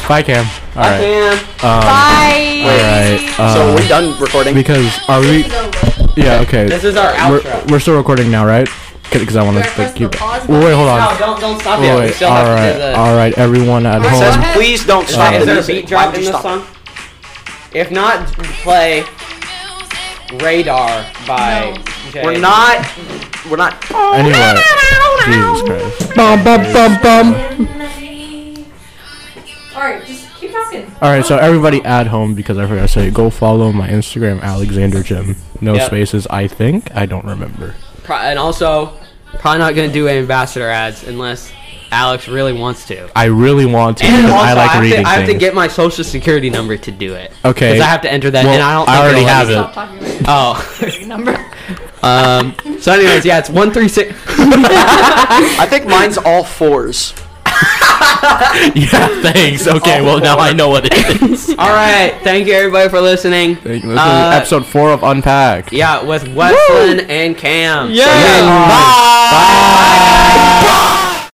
D: Bye, Cam. All right.
B: And
D: All right.
B: so
D: uh,
B: we're done recording.
D: because are we? Yeah. Okay.
G: This is our outro.
D: We're, we're still recording now, right? Because I want
C: Do I press
D: to
C: the
D: keep.
C: pause
D: Well, wait, hold
G: No,
D: on.
G: don't don't stop
D: Wait,
G: yet.
D: wait,
G: we still
D: all
G: have
D: right,
G: to do the.
D: all right, everyone at
C: right,
D: home.
C: so I-
B: Please don't stop
G: is
B: the
G: there a beat
B: music. Why
G: drop
B: would
G: in
B: you
G: this
B: stop?
G: song? If not, play Radar by.
C: No.
G: Jay.
B: We're not. We're not.
G: [LAUGHS]
D: Anyway, Jesus Christ.
E: Bum bum bum bum.
C: All right, just keep talking.
D: All right, so everybody at home, because I forgot to say, go follow my Instagram, Alexander Jim. No
A: Yep.
D: spaces. I think I don't remember.
A: Pro- and also, probably not going to do ambassador ads unless Alex really wants to.
D: I really
A: [LAUGHS]
D: want to.
A: And
D: because
A: also,
D: I like
A: have,
D: reading
A: to, I have to
D: things.
A: get my social security number to do it.
D: Okay.
A: Because I have to enter that,
D: Well,
A: and I don't.
D: I
A: think
D: already
A: it'll let
D: have
A: me-
D: it.
C: Stop talking about your
A: Oh.
C: number.
A: [LAUGHS] Um, so, anyways, yeah, it's one three six. [LAUGHS]
B: I think mine's all fours.
D: [LAUGHS] yeah, thanks. Okay, well now I know what it is.
A: All right, thank you everybody for listening.
D: Thank you. This
A: Uh,
D: is episode four of Unpack.
A: Yeah, with Weston and Cam.
E: Yeah.
A: Bye.